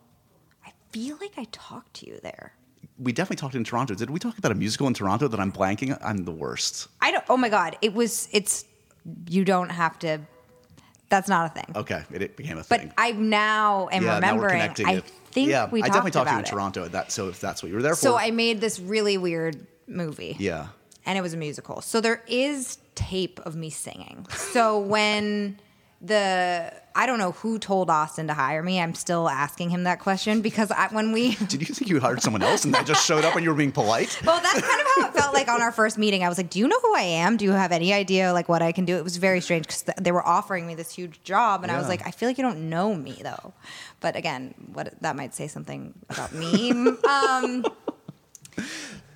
[SPEAKER 3] I feel like I talked to you there.
[SPEAKER 2] We definitely talked in Toronto. Did we talk about a musical in Toronto that I'm blanking? I'm the worst.
[SPEAKER 3] I don't. Oh my god! It was. It's. You don't have to. That's not a thing.
[SPEAKER 2] Okay, it, it became a
[SPEAKER 3] But
[SPEAKER 2] thing.
[SPEAKER 3] I now am
[SPEAKER 2] yeah, now we're
[SPEAKER 3] remembering.
[SPEAKER 2] connecting
[SPEAKER 3] I
[SPEAKER 2] it.
[SPEAKER 3] think
[SPEAKER 2] yeah,
[SPEAKER 3] we
[SPEAKER 2] I
[SPEAKER 3] talked
[SPEAKER 2] definitely talked to you
[SPEAKER 3] about
[SPEAKER 2] in
[SPEAKER 3] it.
[SPEAKER 2] Toronto. That, so if that's what you were there
[SPEAKER 3] So
[SPEAKER 2] for,
[SPEAKER 3] I made this really weird movie.
[SPEAKER 2] yeah,
[SPEAKER 3] and it was a musical. So there is tape of me singing. So when the I don't know who told Austin to hire me. I'm still asking him that question because I, when we
[SPEAKER 2] Did you think you hired someone else and they just showed up and you were being polite?
[SPEAKER 3] Well, that's kind of how it felt like on our first meeting. I was like, "Do you know who I am? Do you have any idea like what I can do?" It was very strange because th- they were offering me this huge job, and I was
[SPEAKER 2] Yeah.
[SPEAKER 3] like, "I feel like you don't know me, though." But again, what that might say something about me. um,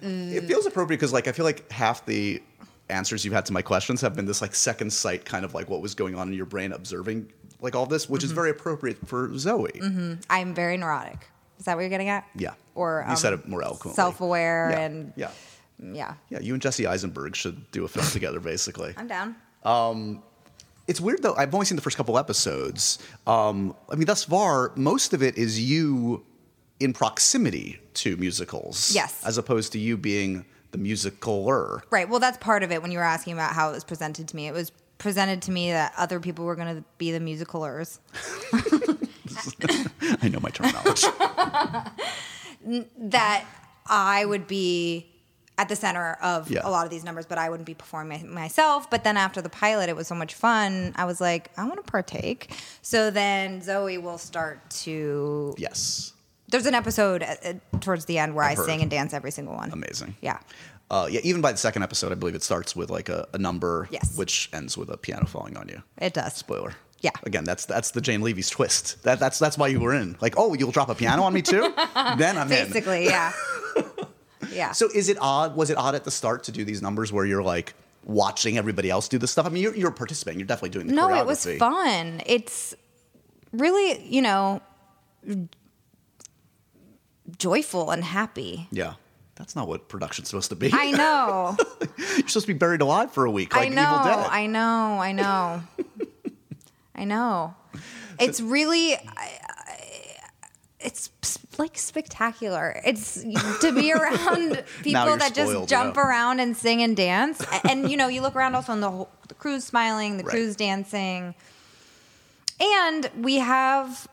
[SPEAKER 2] It feels appropriate because, like, I feel like half the answers you've had to my questions have been this like second sight kind of like what was going on in your brain observing like all this, which is
[SPEAKER 3] Mm-hmm.
[SPEAKER 2] very appropriate for Zoe.
[SPEAKER 3] I'm very neurotic. Is that what you're getting at?
[SPEAKER 2] Yeah.
[SPEAKER 3] Or um,
[SPEAKER 2] You said it more eloquently.
[SPEAKER 3] Self-aware
[SPEAKER 2] Yeah.
[SPEAKER 3] and
[SPEAKER 2] yeah,
[SPEAKER 3] yeah,
[SPEAKER 2] yeah. You and Jesse Eisenberg should do a film together, basically.
[SPEAKER 3] I'm down.
[SPEAKER 2] It's weird though. I've only seen the first couple episodes. Um, I mean, thus far, most of it is you in proximity to musicals.
[SPEAKER 3] Yes.
[SPEAKER 2] As opposed to you being the musicaler.
[SPEAKER 3] Right. Well, that's part of it when you were asking about how it was presented to me. It was presented to me that other people were going to be the musicalers.
[SPEAKER 2] I know my terminology.
[SPEAKER 3] that I would be at the center of
[SPEAKER 2] Yeah.
[SPEAKER 3] a lot of these numbers, but I wouldn't be performing my- myself. But then after the pilot, it was so much fun. I was like, I want to partake. So then Zoe will start to.
[SPEAKER 2] yes.
[SPEAKER 3] There's an episode uh, uh, towards the end where i
[SPEAKER 2] I've heard.
[SPEAKER 3] sing and dance every single one.
[SPEAKER 2] Amazing.
[SPEAKER 3] Yeah.
[SPEAKER 2] Uh, yeah. Even by the second episode, I believe it starts with like a, a number.
[SPEAKER 3] Yes.
[SPEAKER 2] Which ends with a piano falling on you.
[SPEAKER 3] It does.
[SPEAKER 2] Spoiler.
[SPEAKER 3] Yeah.
[SPEAKER 2] Again, that's that's the Jane Levy's twist. That, that's that's why you were in. Like, oh, you'll drop a piano on me too. then I'm in.
[SPEAKER 3] Basically, yeah. yeah.
[SPEAKER 2] So is it odd? Was it odd at the start to do these numbers where you're like watching everybody else do this stuff? I mean, you're, you're participating. You're definitely doing the
[SPEAKER 3] no
[SPEAKER 2] choreography.
[SPEAKER 3] it was fun it's really you know joyful and happy
[SPEAKER 2] Yeah, that's not what production's supposed to be.
[SPEAKER 3] i know
[SPEAKER 2] you're supposed to be buried alive for a week, like
[SPEAKER 3] i
[SPEAKER 2] Evil
[SPEAKER 3] know
[SPEAKER 2] Dead.
[SPEAKER 3] i know i know i know it's really I, I- it's s- like spectacular it's to be around people
[SPEAKER 2] you're
[SPEAKER 3] that
[SPEAKER 2] spoiled,
[SPEAKER 3] just jump
[SPEAKER 2] yeah.
[SPEAKER 3] around and sing and dance A- and you know you look around also and the whole the crew's smiling the
[SPEAKER 2] Right.
[SPEAKER 3] crew's dancing And we have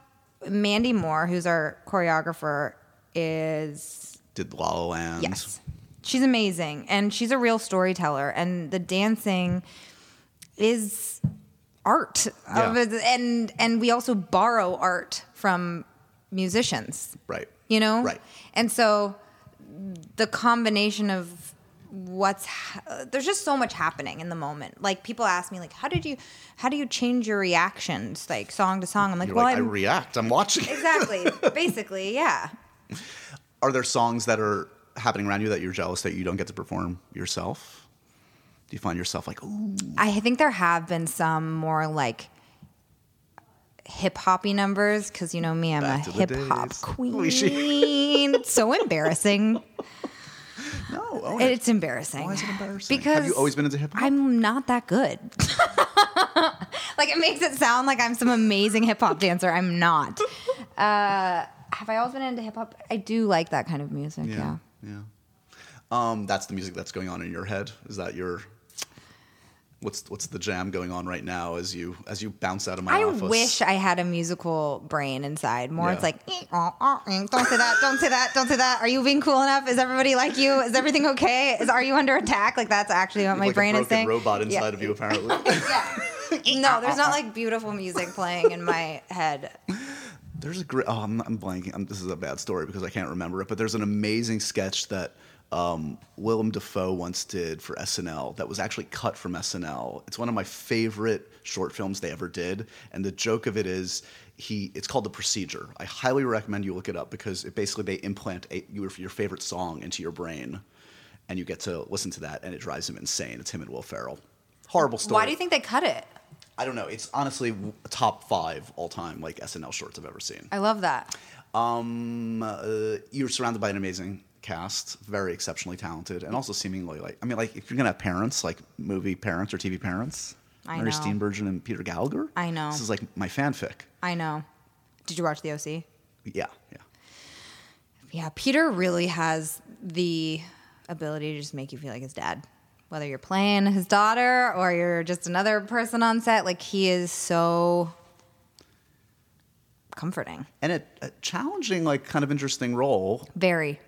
[SPEAKER 3] Mandy Moore, who's our choreographer, is
[SPEAKER 2] Did La La Land?
[SPEAKER 3] yes, she's amazing, and she's a real storyteller. And the dancing is art,
[SPEAKER 2] Yeah.
[SPEAKER 3] Of it- and and we also borrow art from musicians,
[SPEAKER 2] Right.
[SPEAKER 3] you know,
[SPEAKER 2] Right.
[SPEAKER 3] And so the combination of what's ha- there's just so much happening in the moment. Like people ask me, like, how did you how do you change your reactions like song to song? I'm like,
[SPEAKER 2] You're
[SPEAKER 3] well,
[SPEAKER 2] like, i
[SPEAKER 3] I'm
[SPEAKER 2] react. I'm watching.
[SPEAKER 3] Exactly. Basically, yeah.
[SPEAKER 2] Are there songs that are happening around you that you're jealous that you don't get to perform yourself? Do you find yourself like, ooh,
[SPEAKER 3] I think there have been some more like hip hoppy numbers because you know me, I'm
[SPEAKER 2] Back
[SPEAKER 3] a
[SPEAKER 2] to the
[SPEAKER 3] hip hop
[SPEAKER 2] days. Holy shit.
[SPEAKER 3] queen. it's so embarrassing.
[SPEAKER 2] no, own it.
[SPEAKER 3] It's embarrassing.
[SPEAKER 2] Why is it embarrassing?
[SPEAKER 3] Because
[SPEAKER 2] have you always been into hip hop?
[SPEAKER 3] I'm not that good. like it makes it sound like I'm some amazing hip hop dancer. I'm not. Uh, have I always been into hip hop? I do like that kind of music. yeah.
[SPEAKER 2] Yeah. Um, that's the music that's going on in your head. Is that your what's what's the jam going on right now as you as you bounce out of my
[SPEAKER 3] I
[SPEAKER 2] office?
[SPEAKER 3] wish I had a musical brain inside. More,
[SPEAKER 2] Yeah.
[SPEAKER 3] it's like, "Eh, oh, oh, eh, don't say that, don't say that, don't say that. Are you being cool enough? Is everybody like you? Is everything okay? Is are you under attack? Like that's actually what my
[SPEAKER 2] like a
[SPEAKER 3] brain is
[SPEAKER 2] broken
[SPEAKER 3] saying.
[SPEAKER 2] robot inside of you apparently.
[SPEAKER 3] Yeah. yeah. No, there's not like beautiful music playing in my head.
[SPEAKER 2] There's a great. Oh, I'm, I'm blanking. I'm, this is a bad story because I can't remember it. But there's an amazing sketch that um, Willem Dafoe once did for SNL that was actually cut from SNL. It's one of my favorite short films they ever did, and the joke of it is he. It's called The Procedure. I highly recommend you look it up because it basically they implant a, your your favorite song into your brain, and you get to listen to that, and it drives him insane. It's him and Will Ferrell. Horrible story.
[SPEAKER 3] Why do you think they cut it?
[SPEAKER 2] I don't know. It's honestly w- top five all time like SNL shorts I've ever seen.
[SPEAKER 3] I love that.
[SPEAKER 2] Um, uh, you're surrounded by an amazing cast, very exceptionally talented, and also seemingly like I mean, like if you're gonna have parents, like movie parents or TV parents,
[SPEAKER 3] I
[SPEAKER 2] Mary
[SPEAKER 3] know.
[SPEAKER 2] Steenburgen and Peter Gallagher.
[SPEAKER 3] I know.
[SPEAKER 2] This is like my fanfic.
[SPEAKER 3] I know. Did you watch the OC?
[SPEAKER 2] Yeah, yeah.
[SPEAKER 3] Yeah, Peter really has the ability to just make you feel like his dad. Whether you're playing his daughter or you're just another person on set, like he is so comforting.
[SPEAKER 2] And a, a challenging, like kind of interesting role.
[SPEAKER 3] Very.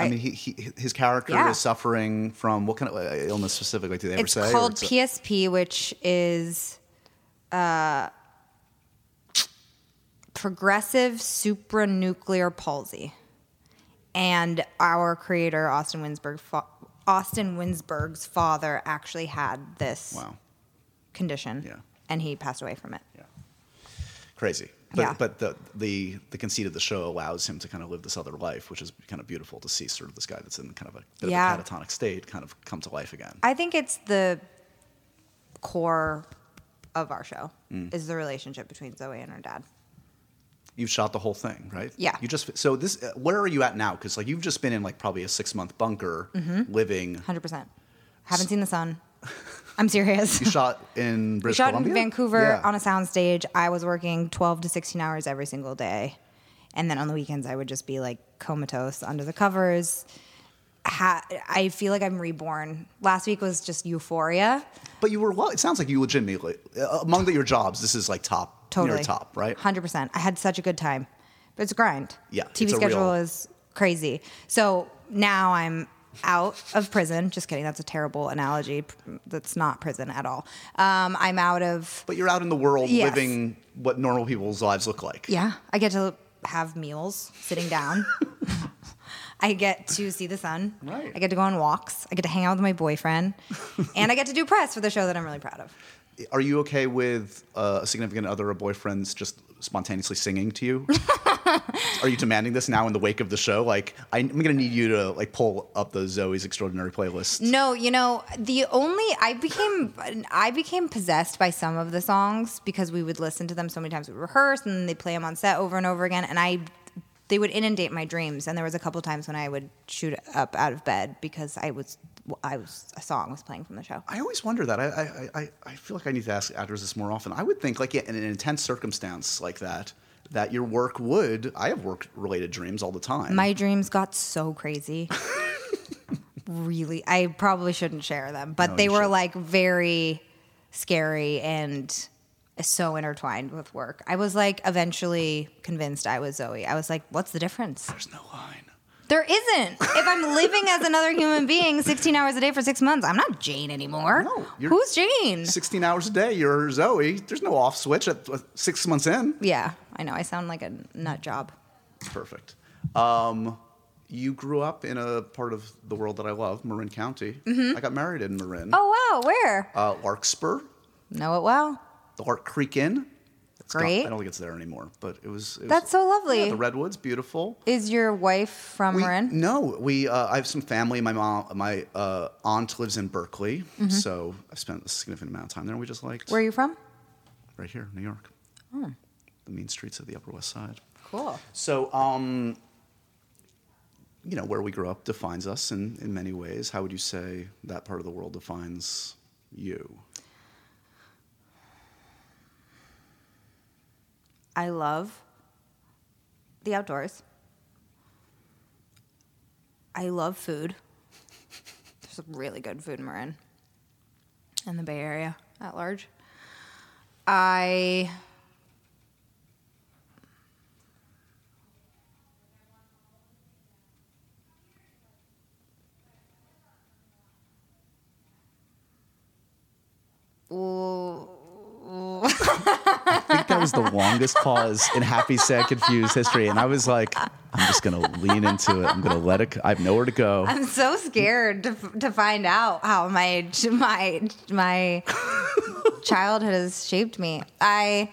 [SPEAKER 2] I,
[SPEAKER 3] I-
[SPEAKER 2] mean, he, he his character
[SPEAKER 3] Yeah.
[SPEAKER 2] is suffering from what kind of uh, illness specifically? Do they ever
[SPEAKER 3] It's
[SPEAKER 2] say? or
[SPEAKER 3] called
[SPEAKER 2] it's a-
[SPEAKER 3] uh, PSP, which is progressive supranuclear palsy. And our creator, Austin Winsberg, fa- Austin Winsberg's father actually had this
[SPEAKER 2] Wow.
[SPEAKER 3] condition.
[SPEAKER 2] Yeah.
[SPEAKER 3] And he passed away from it.
[SPEAKER 2] Yeah. Crazy. But
[SPEAKER 3] Yeah.
[SPEAKER 2] but the, the the conceit of the show allows him to kind of live this other life, which is kind of beautiful to see sort of this guy that's in kind of a, bit
[SPEAKER 3] Yeah.
[SPEAKER 2] of a catatonic state kind of come to life again.
[SPEAKER 3] I think it's the core of our show
[SPEAKER 2] Mm.
[SPEAKER 3] is the relationship between Zoe and her dad.
[SPEAKER 2] You've shot the whole thing, right?
[SPEAKER 3] Yeah.
[SPEAKER 2] You just so this uh, where are you at now? Because like you've just been in like probably a six month bunker
[SPEAKER 3] Mm-hmm.
[SPEAKER 2] living.
[SPEAKER 3] Hundred percent. Haven't seen the sun. I'm serious.
[SPEAKER 2] You shot in British
[SPEAKER 3] shot
[SPEAKER 2] Columbia,
[SPEAKER 3] in Vancouver
[SPEAKER 2] Yeah.
[SPEAKER 3] on a soundstage. I was working 12 to 16 hours every single day. And then on the weekends, I would just be like comatose under the covers. Ha- I feel like I'm reborn. Last week was just euphoria.
[SPEAKER 2] But you were well. It sounds like you legitimately uh, among the, your jobs. This is like top,
[SPEAKER 3] Totally.
[SPEAKER 2] near top, right?
[SPEAKER 3] 100%. I had such a good time. But it's a grind.
[SPEAKER 2] Yeah,
[SPEAKER 3] TV
[SPEAKER 2] it's a
[SPEAKER 3] schedule
[SPEAKER 2] real-
[SPEAKER 3] is crazy. So now I'm out of prison. Just kidding. That's a terrible analogy. That's not prison at all. Um, I'm out of.
[SPEAKER 2] But you're out in the world
[SPEAKER 3] Yes.
[SPEAKER 2] living what normal people's lives look like.
[SPEAKER 3] Yeah, I get to have meals sitting down. I get to see the sun.
[SPEAKER 2] Right.
[SPEAKER 3] I get to go on walks. I get to hang out with my boyfriend, and I get to do press for the show that I'm really proud of.
[SPEAKER 2] Are you okay with uh, a significant other or boyfriends just spontaneously singing to you? Are you demanding this now in the wake of the show? Like, I- I'm gonna need you to like pull up the Zoe's Extraordinary playlist.
[SPEAKER 3] No, you know, the only I became I became possessed by some of the songs because we would listen to them so many times. We rehearse and then they play them on set over and over again, and I they would inundate my dreams. And there was a couple times when I would shoot up out of bed because I was I was a song was playing from the show.
[SPEAKER 2] I always wonder that. I, I, I, I feel like I need to ask actors this more often. I would think, like, yeah, in an intense circumstance like that, that your work would. I have work related dreams all the time.
[SPEAKER 3] My dreams got so crazy. really, I probably shouldn't share them, but
[SPEAKER 2] No,
[SPEAKER 3] they
[SPEAKER 2] you
[SPEAKER 3] were
[SPEAKER 2] should.
[SPEAKER 3] like very scary and so intertwined with work. I was like eventually convinced I was Zoe. I was like, what's the difference?
[SPEAKER 2] There's no line.
[SPEAKER 3] There isn't. If I'm living as another human being 16 hours a day for 6 months, I'm not Jane anymore.
[SPEAKER 2] No, you're-
[SPEAKER 3] Who's Jane?
[SPEAKER 2] 16 hours a day, you're Zoe. There's no off switch at at six months in.
[SPEAKER 3] yeah, I know I sound like a nut job.
[SPEAKER 2] Perfect. Um, you grew up in a part of the world that I love, Marin County. I got married in Marin.
[SPEAKER 3] Mm-hmm. Oh wow, where?
[SPEAKER 2] Uh, Larkspur,
[SPEAKER 3] know it well.
[SPEAKER 2] the Lark Creek Inn. It's gone-
[SPEAKER 3] Great.
[SPEAKER 2] I don't think it's there anymore, but it was. it was-
[SPEAKER 3] That's so lovely.
[SPEAKER 2] Yeah, the redwoods, beautiful.
[SPEAKER 3] Is your wife from
[SPEAKER 2] We-
[SPEAKER 3] Marin?
[SPEAKER 2] No, we. Uh, I have some family. My mom, my uh, aunt lives in Berkeley, so I've spent a significant amount of time there. We just liked
[SPEAKER 3] Mm-hmm. Where are you from?
[SPEAKER 2] right here, New York, the mean streets of the Upper West Side.
[SPEAKER 3] Cool.
[SPEAKER 2] So, um, you know, where we grew up defines us in, in many ways. How would you say that part of the world defines you?
[SPEAKER 3] I love the outdoors. I love food. There's some really good food in Marin and the Bay Area at large. I
[SPEAKER 2] I think that was the longest pause in Happy, Sad, Confused history. And I was like, I'm just going to lean into it. I'm going to let it, I have nowhere to go.
[SPEAKER 3] I'm so scared to, to find out how my my my childhood has shaped me. I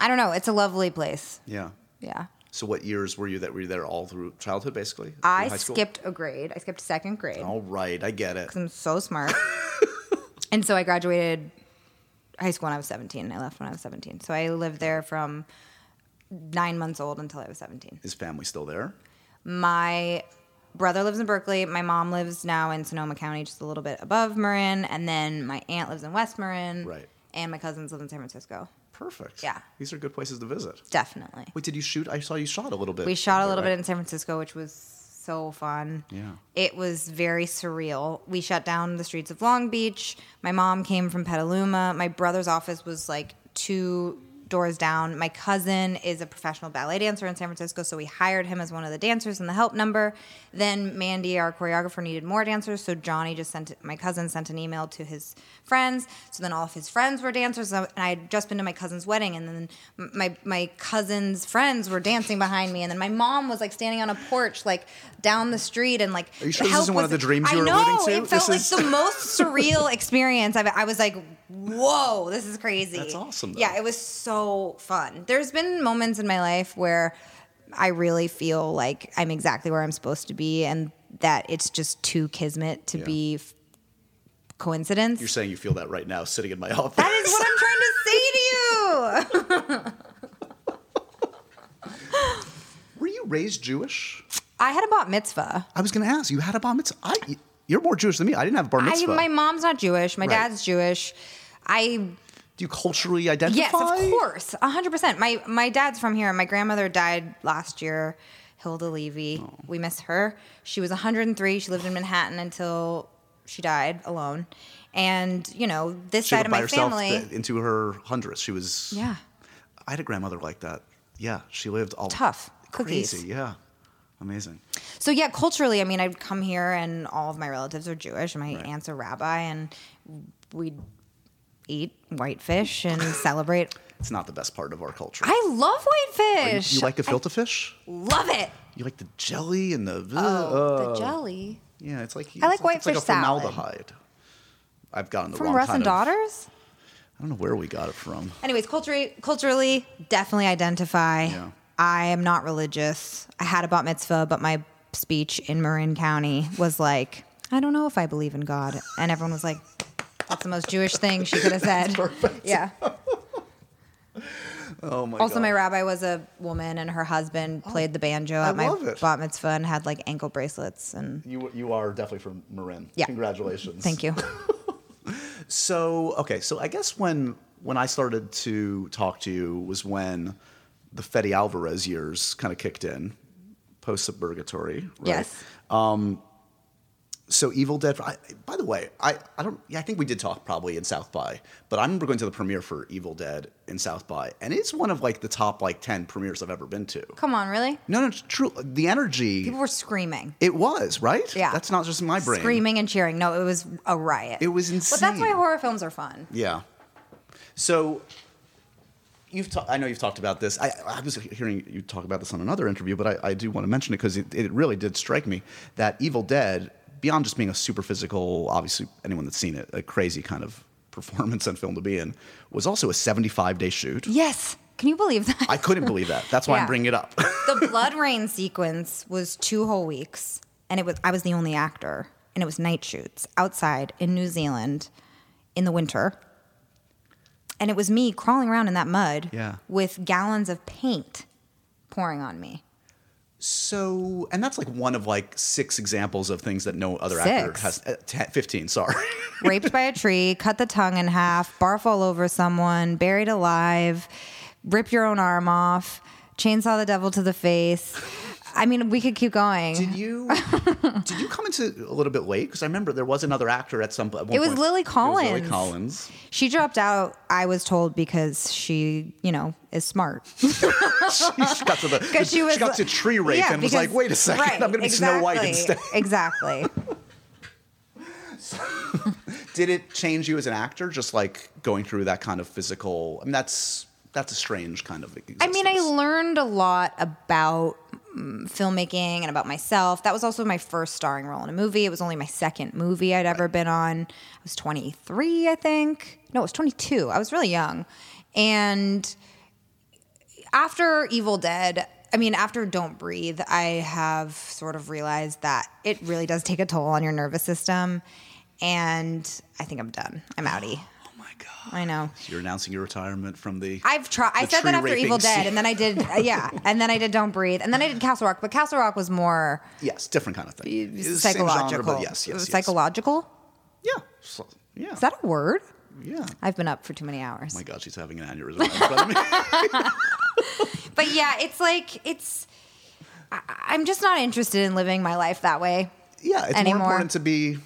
[SPEAKER 3] I don't know. It's a lovely place.
[SPEAKER 2] yeah.
[SPEAKER 3] Yeah.
[SPEAKER 2] So, what years were you that were you there all through childhood, basically? Through
[SPEAKER 3] I
[SPEAKER 2] high school?
[SPEAKER 3] skipped a grade. I skipped second grade.
[SPEAKER 2] All right, I get it.
[SPEAKER 3] I'm so smart. and so I graduated high school when I was 17. I left when I was 17. So I lived there from nine months old until I was 17.
[SPEAKER 2] Is family still there?
[SPEAKER 3] My brother lives in Berkeley. My mom lives now in Sonoma County, just a little bit above Marin. And then my aunt lives in West Marin.
[SPEAKER 2] Right.
[SPEAKER 3] And my cousins live in San Francisco.
[SPEAKER 2] Perfect.
[SPEAKER 3] Yeah.
[SPEAKER 2] These are good places to visit.
[SPEAKER 3] Definitely.
[SPEAKER 2] Wait, did you shoot? I saw you shot a little bit.
[SPEAKER 3] We shot a
[SPEAKER 2] there,
[SPEAKER 3] little
[SPEAKER 2] right?
[SPEAKER 3] bit in San Francisco, which was so fun.
[SPEAKER 2] Yeah.
[SPEAKER 3] It was very surreal. We shut down the streets of Long Beach. My mom came from Petaluma. My brother's office was like two doors down. My cousin is a professional ballet dancer in San Francisco, so we hired him as one of the dancers in the help number. Then Mandy, our choreographer, needed more dancers, so Johnny just sent my cousin sent an email to his friends. So then all of his friends were dancers, and I had just been to my cousin's wedding, and then my my cousin's friends were dancing behind me, and then my mom was like standing on a porch, like down the street, and like
[SPEAKER 2] Are you sure this
[SPEAKER 3] help
[SPEAKER 2] isn't one of
[SPEAKER 3] was-
[SPEAKER 2] the dreams you
[SPEAKER 3] I
[SPEAKER 2] were
[SPEAKER 3] know,
[SPEAKER 2] alluding to?
[SPEAKER 3] It
[SPEAKER 2] This
[SPEAKER 3] felt like
[SPEAKER 2] is-
[SPEAKER 3] the most surreal experience. I've, I was like, whoa, this is crazy.
[SPEAKER 2] That's awesome, though.
[SPEAKER 3] Yeah, it was so fun. There's been moments in my life where I really feel like I'm exactly where I'm supposed to be and that it's just too kismet to
[SPEAKER 2] Yeah.
[SPEAKER 3] be f- coincidence.
[SPEAKER 2] You're saying you feel that right now, sitting in my office.
[SPEAKER 3] that is what I'm trying to say to you.
[SPEAKER 2] Were you raised Jewish?
[SPEAKER 3] I had a bat mitzvah.
[SPEAKER 2] I was going to ask. You had a bar mitzvah. I, you're more Jewish than me. I didn't have a bar
[SPEAKER 3] I,
[SPEAKER 2] mitzvah.
[SPEAKER 3] my mom's not Jewish. My
[SPEAKER 2] Right.
[SPEAKER 3] dad's Jewish. I
[SPEAKER 2] Do you culturally identify?
[SPEAKER 3] Yes, of course, hundred percent. My my dad's from here. and My grandmother died last year, Hilda Levy.
[SPEAKER 2] Oh.
[SPEAKER 3] We miss her. She was 103. She lived in Manhattan until she died alone. And you know, this
[SPEAKER 2] She
[SPEAKER 3] side
[SPEAKER 2] lived
[SPEAKER 3] of
[SPEAKER 2] by
[SPEAKER 3] my
[SPEAKER 2] herself
[SPEAKER 3] family,
[SPEAKER 2] th- into her hundredth. She was.
[SPEAKER 3] yeah,
[SPEAKER 2] I had a grandmother like that. Yeah, she lived all
[SPEAKER 3] Tough. Cookies.
[SPEAKER 2] Crazy. Yeah, amazing.
[SPEAKER 3] So yeah, culturally, I mean, I'd come here and all of my relatives are Jewish. My
[SPEAKER 2] Right.
[SPEAKER 3] aunt's a rabbi, and we'd eat whitefish and celebrate.
[SPEAKER 2] It's not the best part of our culture.
[SPEAKER 3] I love
[SPEAKER 2] Are you,
[SPEAKER 3] whitefish.
[SPEAKER 2] you like the filter fish?
[SPEAKER 3] love it.
[SPEAKER 2] You like the jelly and the. uh, Oh.
[SPEAKER 3] the jelly.
[SPEAKER 2] Yeah, it's like
[SPEAKER 3] Oh. I
[SPEAKER 2] it's
[SPEAKER 3] like
[SPEAKER 2] it's like
[SPEAKER 3] whitefish
[SPEAKER 2] a
[SPEAKER 3] salad.
[SPEAKER 2] formaldehyde. I've gotten the
[SPEAKER 3] From
[SPEAKER 2] wrong
[SPEAKER 3] Russ
[SPEAKER 2] kind
[SPEAKER 3] and
[SPEAKER 2] of-
[SPEAKER 3] Daughters?
[SPEAKER 2] I don't know where we got it from.
[SPEAKER 3] Anyways, culturally, culturally, definitely identify.
[SPEAKER 2] Yeah.
[SPEAKER 3] I am not religious. I had a bat mitzvah, but my speech in Marin County was like, I don't know if I believe in God, and everyone was like, "That's the most Jewish thing she could have said." Yeah.
[SPEAKER 2] Oh my
[SPEAKER 3] Also,
[SPEAKER 2] god. Oh,
[SPEAKER 3] my rabbi was a woman, and her husband played the banjo at my
[SPEAKER 2] love it.
[SPEAKER 3] bat mitzvah and had like ankle bracelets. And
[SPEAKER 2] you you are definitely from Marin.
[SPEAKER 3] Yeah.
[SPEAKER 2] Congratulations.
[SPEAKER 3] thank you.
[SPEAKER 2] So okay, so I guess when when I started to talk to you was when the Fetty Alvarez years kind of kicked in, post suburgatory. Right?
[SPEAKER 3] Yes.
[SPEAKER 2] So Evil Dead. I, by the way, I, I don't. Yeah, I think we did talk probably in South by, but I remember going to the premiere for Evil Dead in South by, and it's one of like the top like ten premieres I've ever been to.
[SPEAKER 3] Come on, really?
[SPEAKER 2] No, no, it's true. The energy.
[SPEAKER 3] People were screaming.
[SPEAKER 2] it was right.
[SPEAKER 3] Yeah.
[SPEAKER 2] That's not just in my brain.
[SPEAKER 3] Screaming and cheering. No, it was a riot.
[SPEAKER 2] It was
[SPEAKER 3] But that's why
[SPEAKER 2] insane.
[SPEAKER 3] horror films are fun.
[SPEAKER 2] Yeah. So you've ta- I know you've talked about this. I, I was hearing you talk about this on another interview, but I, I do want to mention it because it, it really did strike me that Evil Dead, beyond just being a super physical, obviously anyone that's seen it, a crazy kind of performance and film to be in, was also a 75 day shoot.
[SPEAKER 3] Yes. Can you believe that?
[SPEAKER 2] I couldn't believe that. That's why I'm
[SPEAKER 3] Yeah.
[SPEAKER 2] bringing it up.
[SPEAKER 3] the blood rain sequence was two whole weeks and it was i was the only actor and it was night shoots outside in new zealand in the winter and it was me crawling around in that mud
[SPEAKER 2] Yeah.
[SPEAKER 3] with gallons of paint pouring on me
[SPEAKER 2] so, and that's like one of like six examples of things that no other actor
[SPEAKER 3] Six.
[SPEAKER 2] has. Uh, ten, 15, sorry.
[SPEAKER 3] raped by a tree cut the tongue in half barf all over someone buried alive rip your own arm off chainsaw the devil to the face i mean we could keep going
[SPEAKER 2] Did you did you come into a little bit late? Because I remember there was another actor at some. At one
[SPEAKER 3] It was
[SPEAKER 2] point.
[SPEAKER 3] Lily
[SPEAKER 2] It was Lily
[SPEAKER 3] Collins.
[SPEAKER 2] Collins.
[SPEAKER 3] She dropped out, I was told, because she, you know, is smart.
[SPEAKER 2] she got to the.
[SPEAKER 3] Because she was
[SPEAKER 2] got to tree rape
[SPEAKER 3] Yeah,
[SPEAKER 2] and was
[SPEAKER 3] because-
[SPEAKER 2] like, "Wait a second,
[SPEAKER 3] right,
[SPEAKER 2] I'm going to be Snow White
[SPEAKER 3] exactly,
[SPEAKER 2] instead."
[SPEAKER 3] Exactly.
[SPEAKER 2] Did it change you as an actor? Just like going through that kind of physical. I mean, that's that's a strange kind of.
[SPEAKER 3] I mean, I
[SPEAKER 2] existence.
[SPEAKER 3] learned a lot about mm, filmmaking and about myself. That was also my first starring role in a movie. It was only my second movie I'd ever been on. I was 23, I think. No, I was 22. I was really young. And after Evil Dead, I mean, after Don't Breathe, I have sort of realized that it really does take a toll on your nervous system. And I think I'm done. I'm outie.
[SPEAKER 2] Oh my god!
[SPEAKER 3] I know.
[SPEAKER 2] You're announcing your retirement from the.
[SPEAKER 3] I've tried. I
[SPEAKER 2] the
[SPEAKER 3] said that
[SPEAKER 2] tree
[SPEAKER 3] after
[SPEAKER 2] raping
[SPEAKER 3] Evil Dead,
[SPEAKER 2] scene.
[SPEAKER 3] and then I did, uh, yeah, and then I did Don't Breathe, and then I did Castle Rock, but Castle Rock was more
[SPEAKER 2] yes, different kind of thing. It's the same genre,
[SPEAKER 3] psychological.
[SPEAKER 2] but yes, yes, yes.
[SPEAKER 3] psychological.
[SPEAKER 2] Yeah, so- yeah,
[SPEAKER 3] Is that a word?
[SPEAKER 2] yeah.
[SPEAKER 3] I've been up for too many hours.
[SPEAKER 2] Oh my god, she's having an aneurysm. right in front of me.
[SPEAKER 3] But yeah, it's like it's. I, I'm just not interested in living my life that way.
[SPEAKER 2] yeah, it's more
[SPEAKER 3] Anymore.
[SPEAKER 2] important to be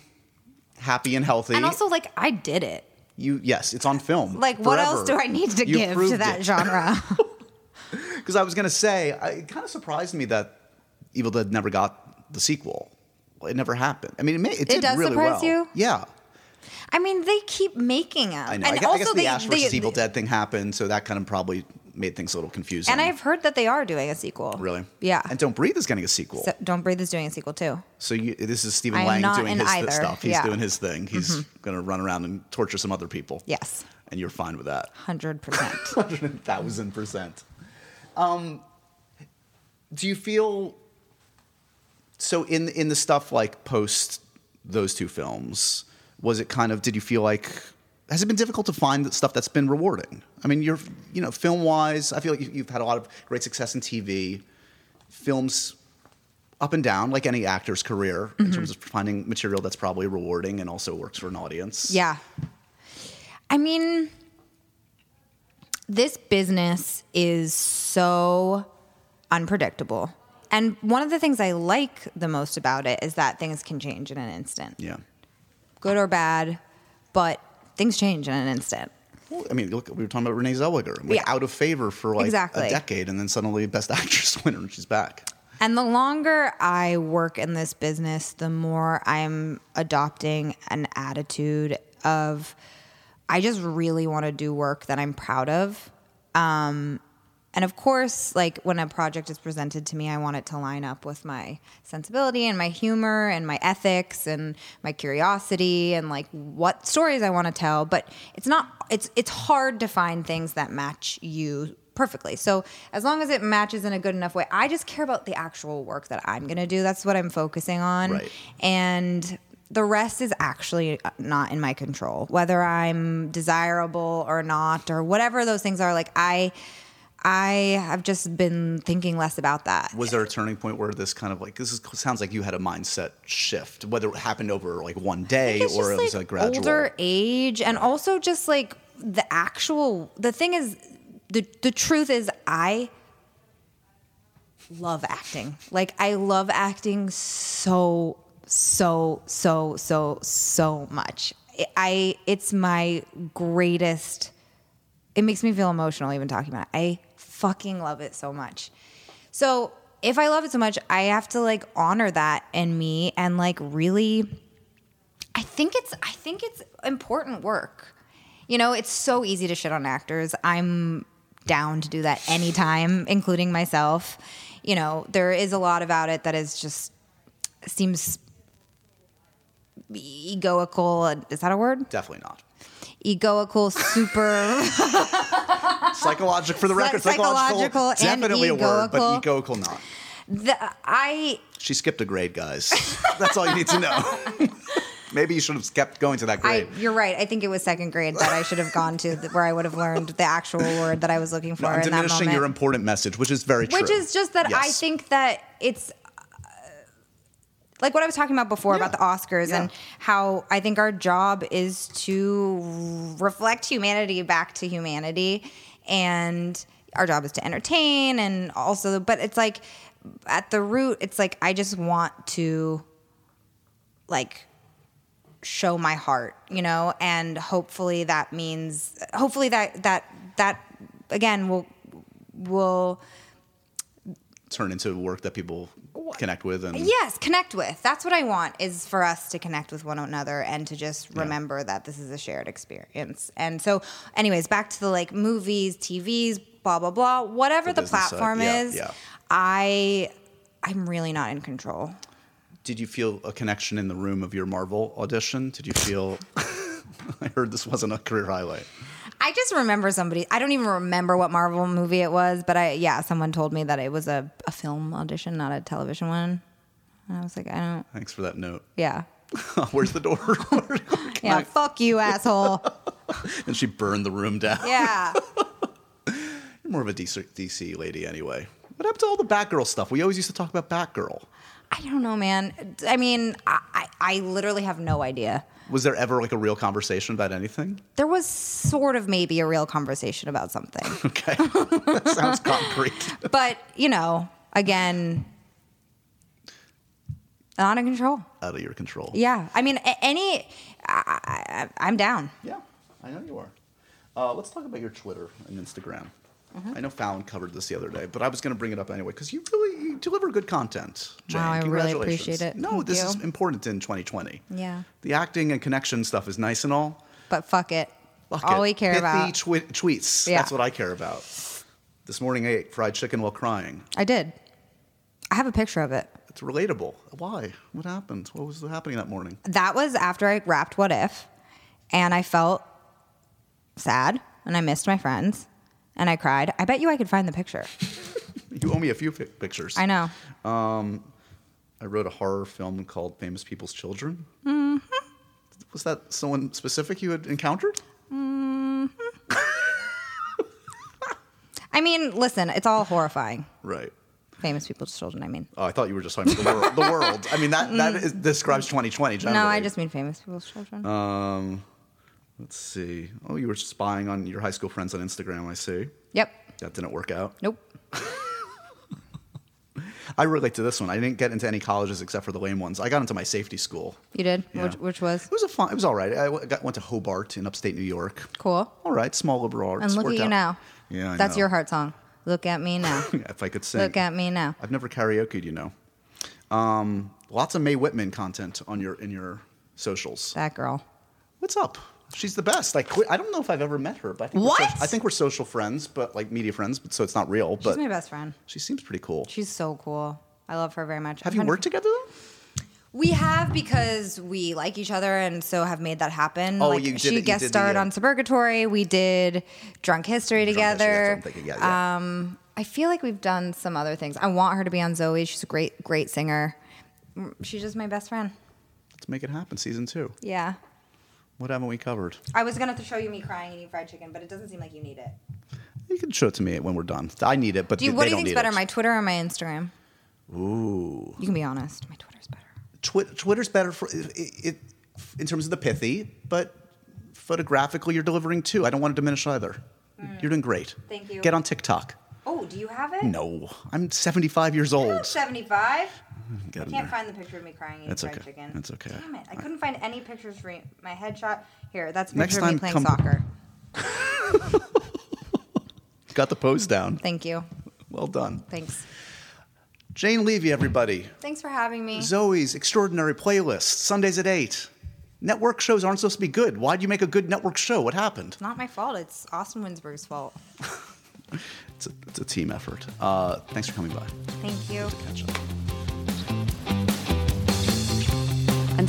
[SPEAKER 2] happy and healthy.
[SPEAKER 3] And also, like, I did it.
[SPEAKER 2] You yes, it's on film.
[SPEAKER 3] Like, what else do I need to give to that genre?
[SPEAKER 2] Because I was gonna say, I, it kind of surprised me that Evil Dead never got the sequel. Well, It never happened. I mean, it, may, it, did
[SPEAKER 3] does
[SPEAKER 2] really
[SPEAKER 3] surprise
[SPEAKER 2] well.
[SPEAKER 3] you?
[SPEAKER 2] Yeah,
[SPEAKER 3] I mean, they keep making them.
[SPEAKER 2] I know. I, gu- I guess the Ash versus Evil Dead thing happened, so that kind of probably made things a little confusing.
[SPEAKER 3] And I've heard that they are doing a sequel.
[SPEAKER 2] really,
[SPEAKER 3] Yeah.
[SPEAKER 2] And Don't Breathe is getting a sequel.
[SPEAKER 3] So Don't Breathe is doing a sequel too.
[SPEAKER 2] So you, this is Stephen
[SPEAKER 3] I am
[SPEAKER 2] Lang
[SPEAKER 3] not
[SPEAKER 2] doing
[SPEAKER 3] in
[SPEAKER 2] his th-
[SPEAKER 3] either.
[SPEAKER 2] stuff. He's
[SPEAKER 3] Yeah. Mm-hmm.
[SPEAKER 2] doing his thing. He's gonna run around and torture some other people.
[SPEAKER 3] Yes.
[SPEAKER 2] and you're fine with that.
[SPEAKER 3] 100%.
[SPEAKER 2] Hundred thousand percent. Um, do you feel so in in the stuff like post those two films? Was it kind of? Did you feel like? Has it been difficult to find the stuff that's been rewarding? I mean, you're you know film wise, I feel like you- you've had a lot of great success in TV, films. Up and down, like any actor's career, in terms of finding material that's probably rewarding and also works for an audience.
[SPEAKER 3] Yeah. I mean, this business is so unpredictable. And one of the things I like the most about it is that things can change in an instant,
[SPEAKER 2] yeah.
[SPEAKER 3] good or bad, but things change in an instant.
[SPEAKER 2] Well, I mean, look, we were talking about Renee Zellweger, like
[SPEAKER 3] Yeah.
[SPEAKER 2] out of favor for like a
[SPEAKER 3] Exactly.
[SPEAKER 2] decade, and then suddenly Best Actress winner, and she's back.
[SPEAKER 3] And the longer I work in this business, the more I'm adopting an attitude of I just really want to do work that I'm proud of. Um, and of course, like when a project is presented to me, I want it to line up with my sensibility and my humor and my ethics and my curiosity and like what stories I want to tell. But it's not it's it's hard to find things that match you perfectly. So as long as it matches in a good enough way, I just care about the actual work that I'm going to do. That's what I'm focusing on.
[SPEAKER 2] Right.
[SPEAKER 3] And the rest is actually not in my control, whether I'm desirable or not or whatever those things are. Like I I have just been thinking less about that.
[SPEAKER 2] Was there a turning point where this kind of like this is, sounds like you had a mindset shift, whether it happened over like one day
[SPEAKER 3] think it's
[SPEAKER 2] or
[SPEAKER 3] just,
[SPEAKER 2] it was
[SPEAKER 3] like,
[SPEAKER 2] a gradual?
[SPEAKER 3] older age and also just like the actual the thing is the the truth is I love acting. Like I love acting so so so so so much. I- I it's my greatest it makes me feel emotional even talking about it. I fucking love it so much. So if I love it so much, I have to like honor that in me and like really I think it's I think it's important work. You know, it's so easy to shit on actors. I'm down to do that anytime, including myself. You know, there is a lot about it that is just seems egoical. Is that a word?
[SPEAKER 2] Definitely not.
[SPEAKER 3] Egoical, super
[SPEAKER 2] Psychological for the record,
[SPEAKER 3] psychological and
[SPEAKER 2] definitely a word, but egoical not.
[SPEAKER 3] the, I
[SPEAKER 2] She skipped a grade, guys. That's all you need to know. Maybe you should have kept going to that grade.
[SPEAKER 3] I, you're right. I think it was second grade that I should have gone to th- where I would have learned the actual word that I was looking for
[SPEAKER 2] I'm
[SPEAKER 3] in that
[SPEAKER 2] diminishing
[SPEAKER 3] moment.
[SPEAKER 2] your important message, which is very true.
[SPEAKER 3] Which is just that I
[SPEAKER 2] Yes.
[SPEAKER 3] think that it's uh, like what I was talking about before
[SPEAKER 2] Yeah.
[SPEAKER 3] about the Oscars and
[SPEAKER 2] Yeah.
[SPEAKER 3] how I think our job is to reflect humanity back to humanity and our job is to entertain and also but it's like at the root it's like I just want to like show my heart you know and hopefully that means hopefully that that that again will will
[SPEAKER 2] turn into work that people connect with and
[SPEAKER 3] Yes, connect with. That's what I want is for us to connect with one another and to just remember that this is a shared experience. And so, anyways, back to the like movies, TVs, blah blah blah, whatever
[SPEAKER 2] The
[SPEAKER 3] the,
[SPEAKER 2] business side,
[SPEAKER 3] platform
[SPEAKER 2] yeah,
[SPEAKER 3] is.
[SPEAKER 2] yeah.
[SPEAKER 3] I I'm really not in control.
[SPEAKER 2] Did you feel a connection in the room of your Marvel audition? Did you feel? I heard this wasn't a career highlight.
[SPEAKER 3] I just remember somebody. I don't even remember what Marvel movie it was, but I yeah, someone told me that it was a, a film audition, not a television one. And I was like, I don't.
[SPEAKER 2] Thanks for that note.
[SPEAKER 3] Yeah.
[SPEAKER 2] Where's the door? Can
[SPEAKER 3] Yeah.
[SPEAKER 2] I-
[SPEAKER 3] fuck you, asshole.
[SPEAKER 2] and she burned the room down.
[SPEAKER 3] Yeah.
[SPEAKER 2] You're more of a DC, DC lady anyway. What happened to all the Batgirl stuff? We always used to talk about Batgirl.
[SPEAKER 3] I don't know, man. I mean, I, I, I literally have no idea.
[SPEAKER 2] Was there ever like a real conversation about anything?
[SPEAKER 3] There was sort of maybe a real conversation about something,
[SPEAKER 2] Okay, that sounds concrete.
[SPEAKER 3] but you know, again, not in control.
[SPEAKER 2] Out of your control.
[SPEAKER 3] Yeah, I mean, a- any, I, I, I'm down.
[SPEAKER 2] Yeah, I know you are. Uh, let's talk about your Twitter and Instagram.
[SPEAKER 3] Mm-hmm.
[SPEAKER 2] I know Fallon covered this the other day, but I was going to bring it up anyway because you really you deliver good content. Jane.
[SPEAKER 3] Wow, I really
[SPEAKER 2] Congratulations.
[SPEAKER 3] appreciate it.
[SPEAKER 2] No,
[SPEAKER 3] Thank
[SPEAKER 2] this is
[SPEAKER 3] you.
[SPEAKER 2] important in 2020.
[SPEAKER 3] Yeah.
[SPEAKER 2] the acting and connection stuff is nice and all.
[SPEAKER 3] But fuck it.
[SPEAKER 2] Fuck
[SPEAKER 3] All
[SPEAKER 2] it.
[SPEAKER 3] we care
[SPEAKER 2] Pithy
[SPEAKER 3] about.
[SPEAKER 2] twi- tweets.
[SPEAKER 3] Yeah.
[SPEAKER 2] That's what I care about. This morning I ate fried chicken while crying.
[SPEAKER 3] I did. I have a picture of it.
[SPEAKER 2] It's relatable. Why? What happened? What was happening that morning?
[SPEAKER 3] That was after I wrapped What If, and I felt sad, and I missed my friends, and I cried. I bet you I could find the picture.
[SPEAKER 2] You owe me a few pi pictures.
[SPEAKER 3] I know.
[SPEAKER 2] I wrote a horror film called Famous People's Children. Mm-hmm. Was that someone specific you had encountered?
[SPEAKER 3] I mean, listen, it's all horrifying.
[SPEAKER 2] Right.
[SPEAKER 3] Famous people's children, I mean.
[SPEAKER 2] Oh, I thought you were just talking about the, wor- the world. I mean, that, that is, describes 2020 generally.
[SPEAKER 3] No, I just mean famous people's children.
[SPEAKER 2] Um, let's see. Oh, you were spying on your high school friends on Instagram, I see.
[SPEAKER 3] yep.
[SPEAKER 2] That didn't work out.
[SPEAKER 3] Nope.
[SPEAKER 2] I relate to this one. I didn't get into any colleges except for the lame ones. I got into my safety school.
[SPEAKER 3] You did,
[SPEAKER 2] Yeah.
[SPEAKER 3] which, which was
[SPEAKER 2] It was a fun. It was all right. I w- got, went to Hobart in upstate New York.
[SPEAKER 3] cool.
[SPEAKER 2] All right, small liberal arts.
[SPEAKER 3] And look at
[SPEAKER 2] worked
[SPEAKER 3] you
[SPEAKER 2] out.
[SPEAKER 3] now.
[SPEAKER 2] Yeah, I
[SPEAKER 3] That's
[SPEAKER 2] know.
[SPEAKER 3] your heart song. Look at me now.
[SPEAKER 2] if I could sing.
[SPEAKER 3] Look at me now.
[SPEAKER 2] I've never karaoke, you know. Um, lots of Mae Whitman content on your in your socials.
[SPEAKER 3] That girl.
[SPEAKER 2] What's up? She's the best. Like, quit. I don't know if I've ever met her, but I think
[SPEAKER 3] What?
[SPEAKER 2] We're social, I think we're social friends, but like media friends, but so it's not real.
[SPEAKER 3] She's
[SPEAKER 2] But
[SPEAKER 3] my best friend.
[SPEAKER 2] she seems pretty cool.
[SPEAKER 3] She's so cool. I love her very much.
[SPEAKER 2] Have
[SPEAKER 3] I'm
[SPEAKER 2] you
[SPEAKER 3] trying to-
[SPEAKER 2] worked together? though?
[SPEAKER 3] We have because we like each other and so have made that happen.
[SPEAKER 2] Oh,
[SPEAKER 3] like,
[SPEAKER 2] you did it-
[SPEAKER 3] she
[SPEAKER 2] you
[SPEAKER 3] guest
[SPEAKER 2] did the,
[SPEAKER 3] starred
[SPEAKER 2] uh,
[SPEAKER 3] on Suburgatory. We did Drunk History
[SPEAKER 2] Drunk History,
[SPEAKER 3] together.
[SPEAKER 2] that's what I'm thinking. Yeah, yeah.
[SPEAKER 3] Um, I feel like we've done some other things. I want her to be on Zoe. She's a great, great singer. Mm, She's just my best friend.
[SPEAKER 2] Let's make it happen. Season two.
[SPEAKER 3] Yeah.
[SPEAKER 2] What haven't we covered?
[SPEAKER 3] I was gonna show you me crying and eating fried chicken, but it doesn't seem like you need it.
[SPEAKER 2] You can show it to me when we're done. I need it, but
[SPEAKER 3] Do you,
[SPEAKER 2] they,
[SPEAKER 3] what
[SPEAKER 2] they
[SPEAKER 3] do you
[SPEAKER 2] don't
[SPEAKER 3] think's
[SPEAKER 2] need
[SPEAKER 3] better,
[SPEAKER 2] it.
[SPEAKER 3] my Twitter or my Instagram?
[SPEAKER 2] Ooh.
[SPEAKER 3] You can be honest. My Twitter's better.
[SPEAKER 2] Twi- Twitter's better for it, it in terms of the pithy, but photographically you're delivering too. I don't want to diminish either. You're doing great.
[SPEAKER 3] Mm. Thank you.
[SPEAKER 2] Get on TikTok.
[SPEAKER 3] Oh, do you have it?
[SPEAKER 2] No, I'm 75 years old.
[SPEAKER 3] Seventy-five.
[SPEAKER 2] Get in
[SPEAKER 3] I can't
[SPEAKER 2] there.
[SPEAKER 3] find the picture of me crying eating
[SPEAKER 2] That's
[SPEAKER 3] fried
[SPEAKER 2] okay.
[SPEAKER 3] chicken.
[SPEAKER 2] That's okay.
[SPEAKER 3] Damn it! I couldn't find any pictures for my headshot. Here, that's a
[SPEAKER 2] Next
[SPEAKER 3] picture of me
[SPEAKER 2] time,
[SPEAKER 3] playing
[SPEAKER 2] come-
[SPEAKER 3] soccer.
[SPEAKER 2] Got the pose down.
[SPEAKER 3] Thank you.
[SPEAKER 2] Well done.
[SPEAKER 3] Thanks.
[SPEAKER 2] Jane Levy, everybody.
[SPEAKER 3] Thanks for having me.
[SPEAKER 2] Zoe's Extraordinary Playlist, Sundays at 8. Network shows aren't supposed to be good. Why'd you make a good network show? What happened?
[SPEAKER 3] Not my fault. It's Austin Winsberg's fault.
[SPEAKER 2] It's a, it's a team effort. Uh, thanks for coming by.
[SPEAKER 3] Thank you.
[SPEAKER 2] Catch up.
[SPEAKER 1] And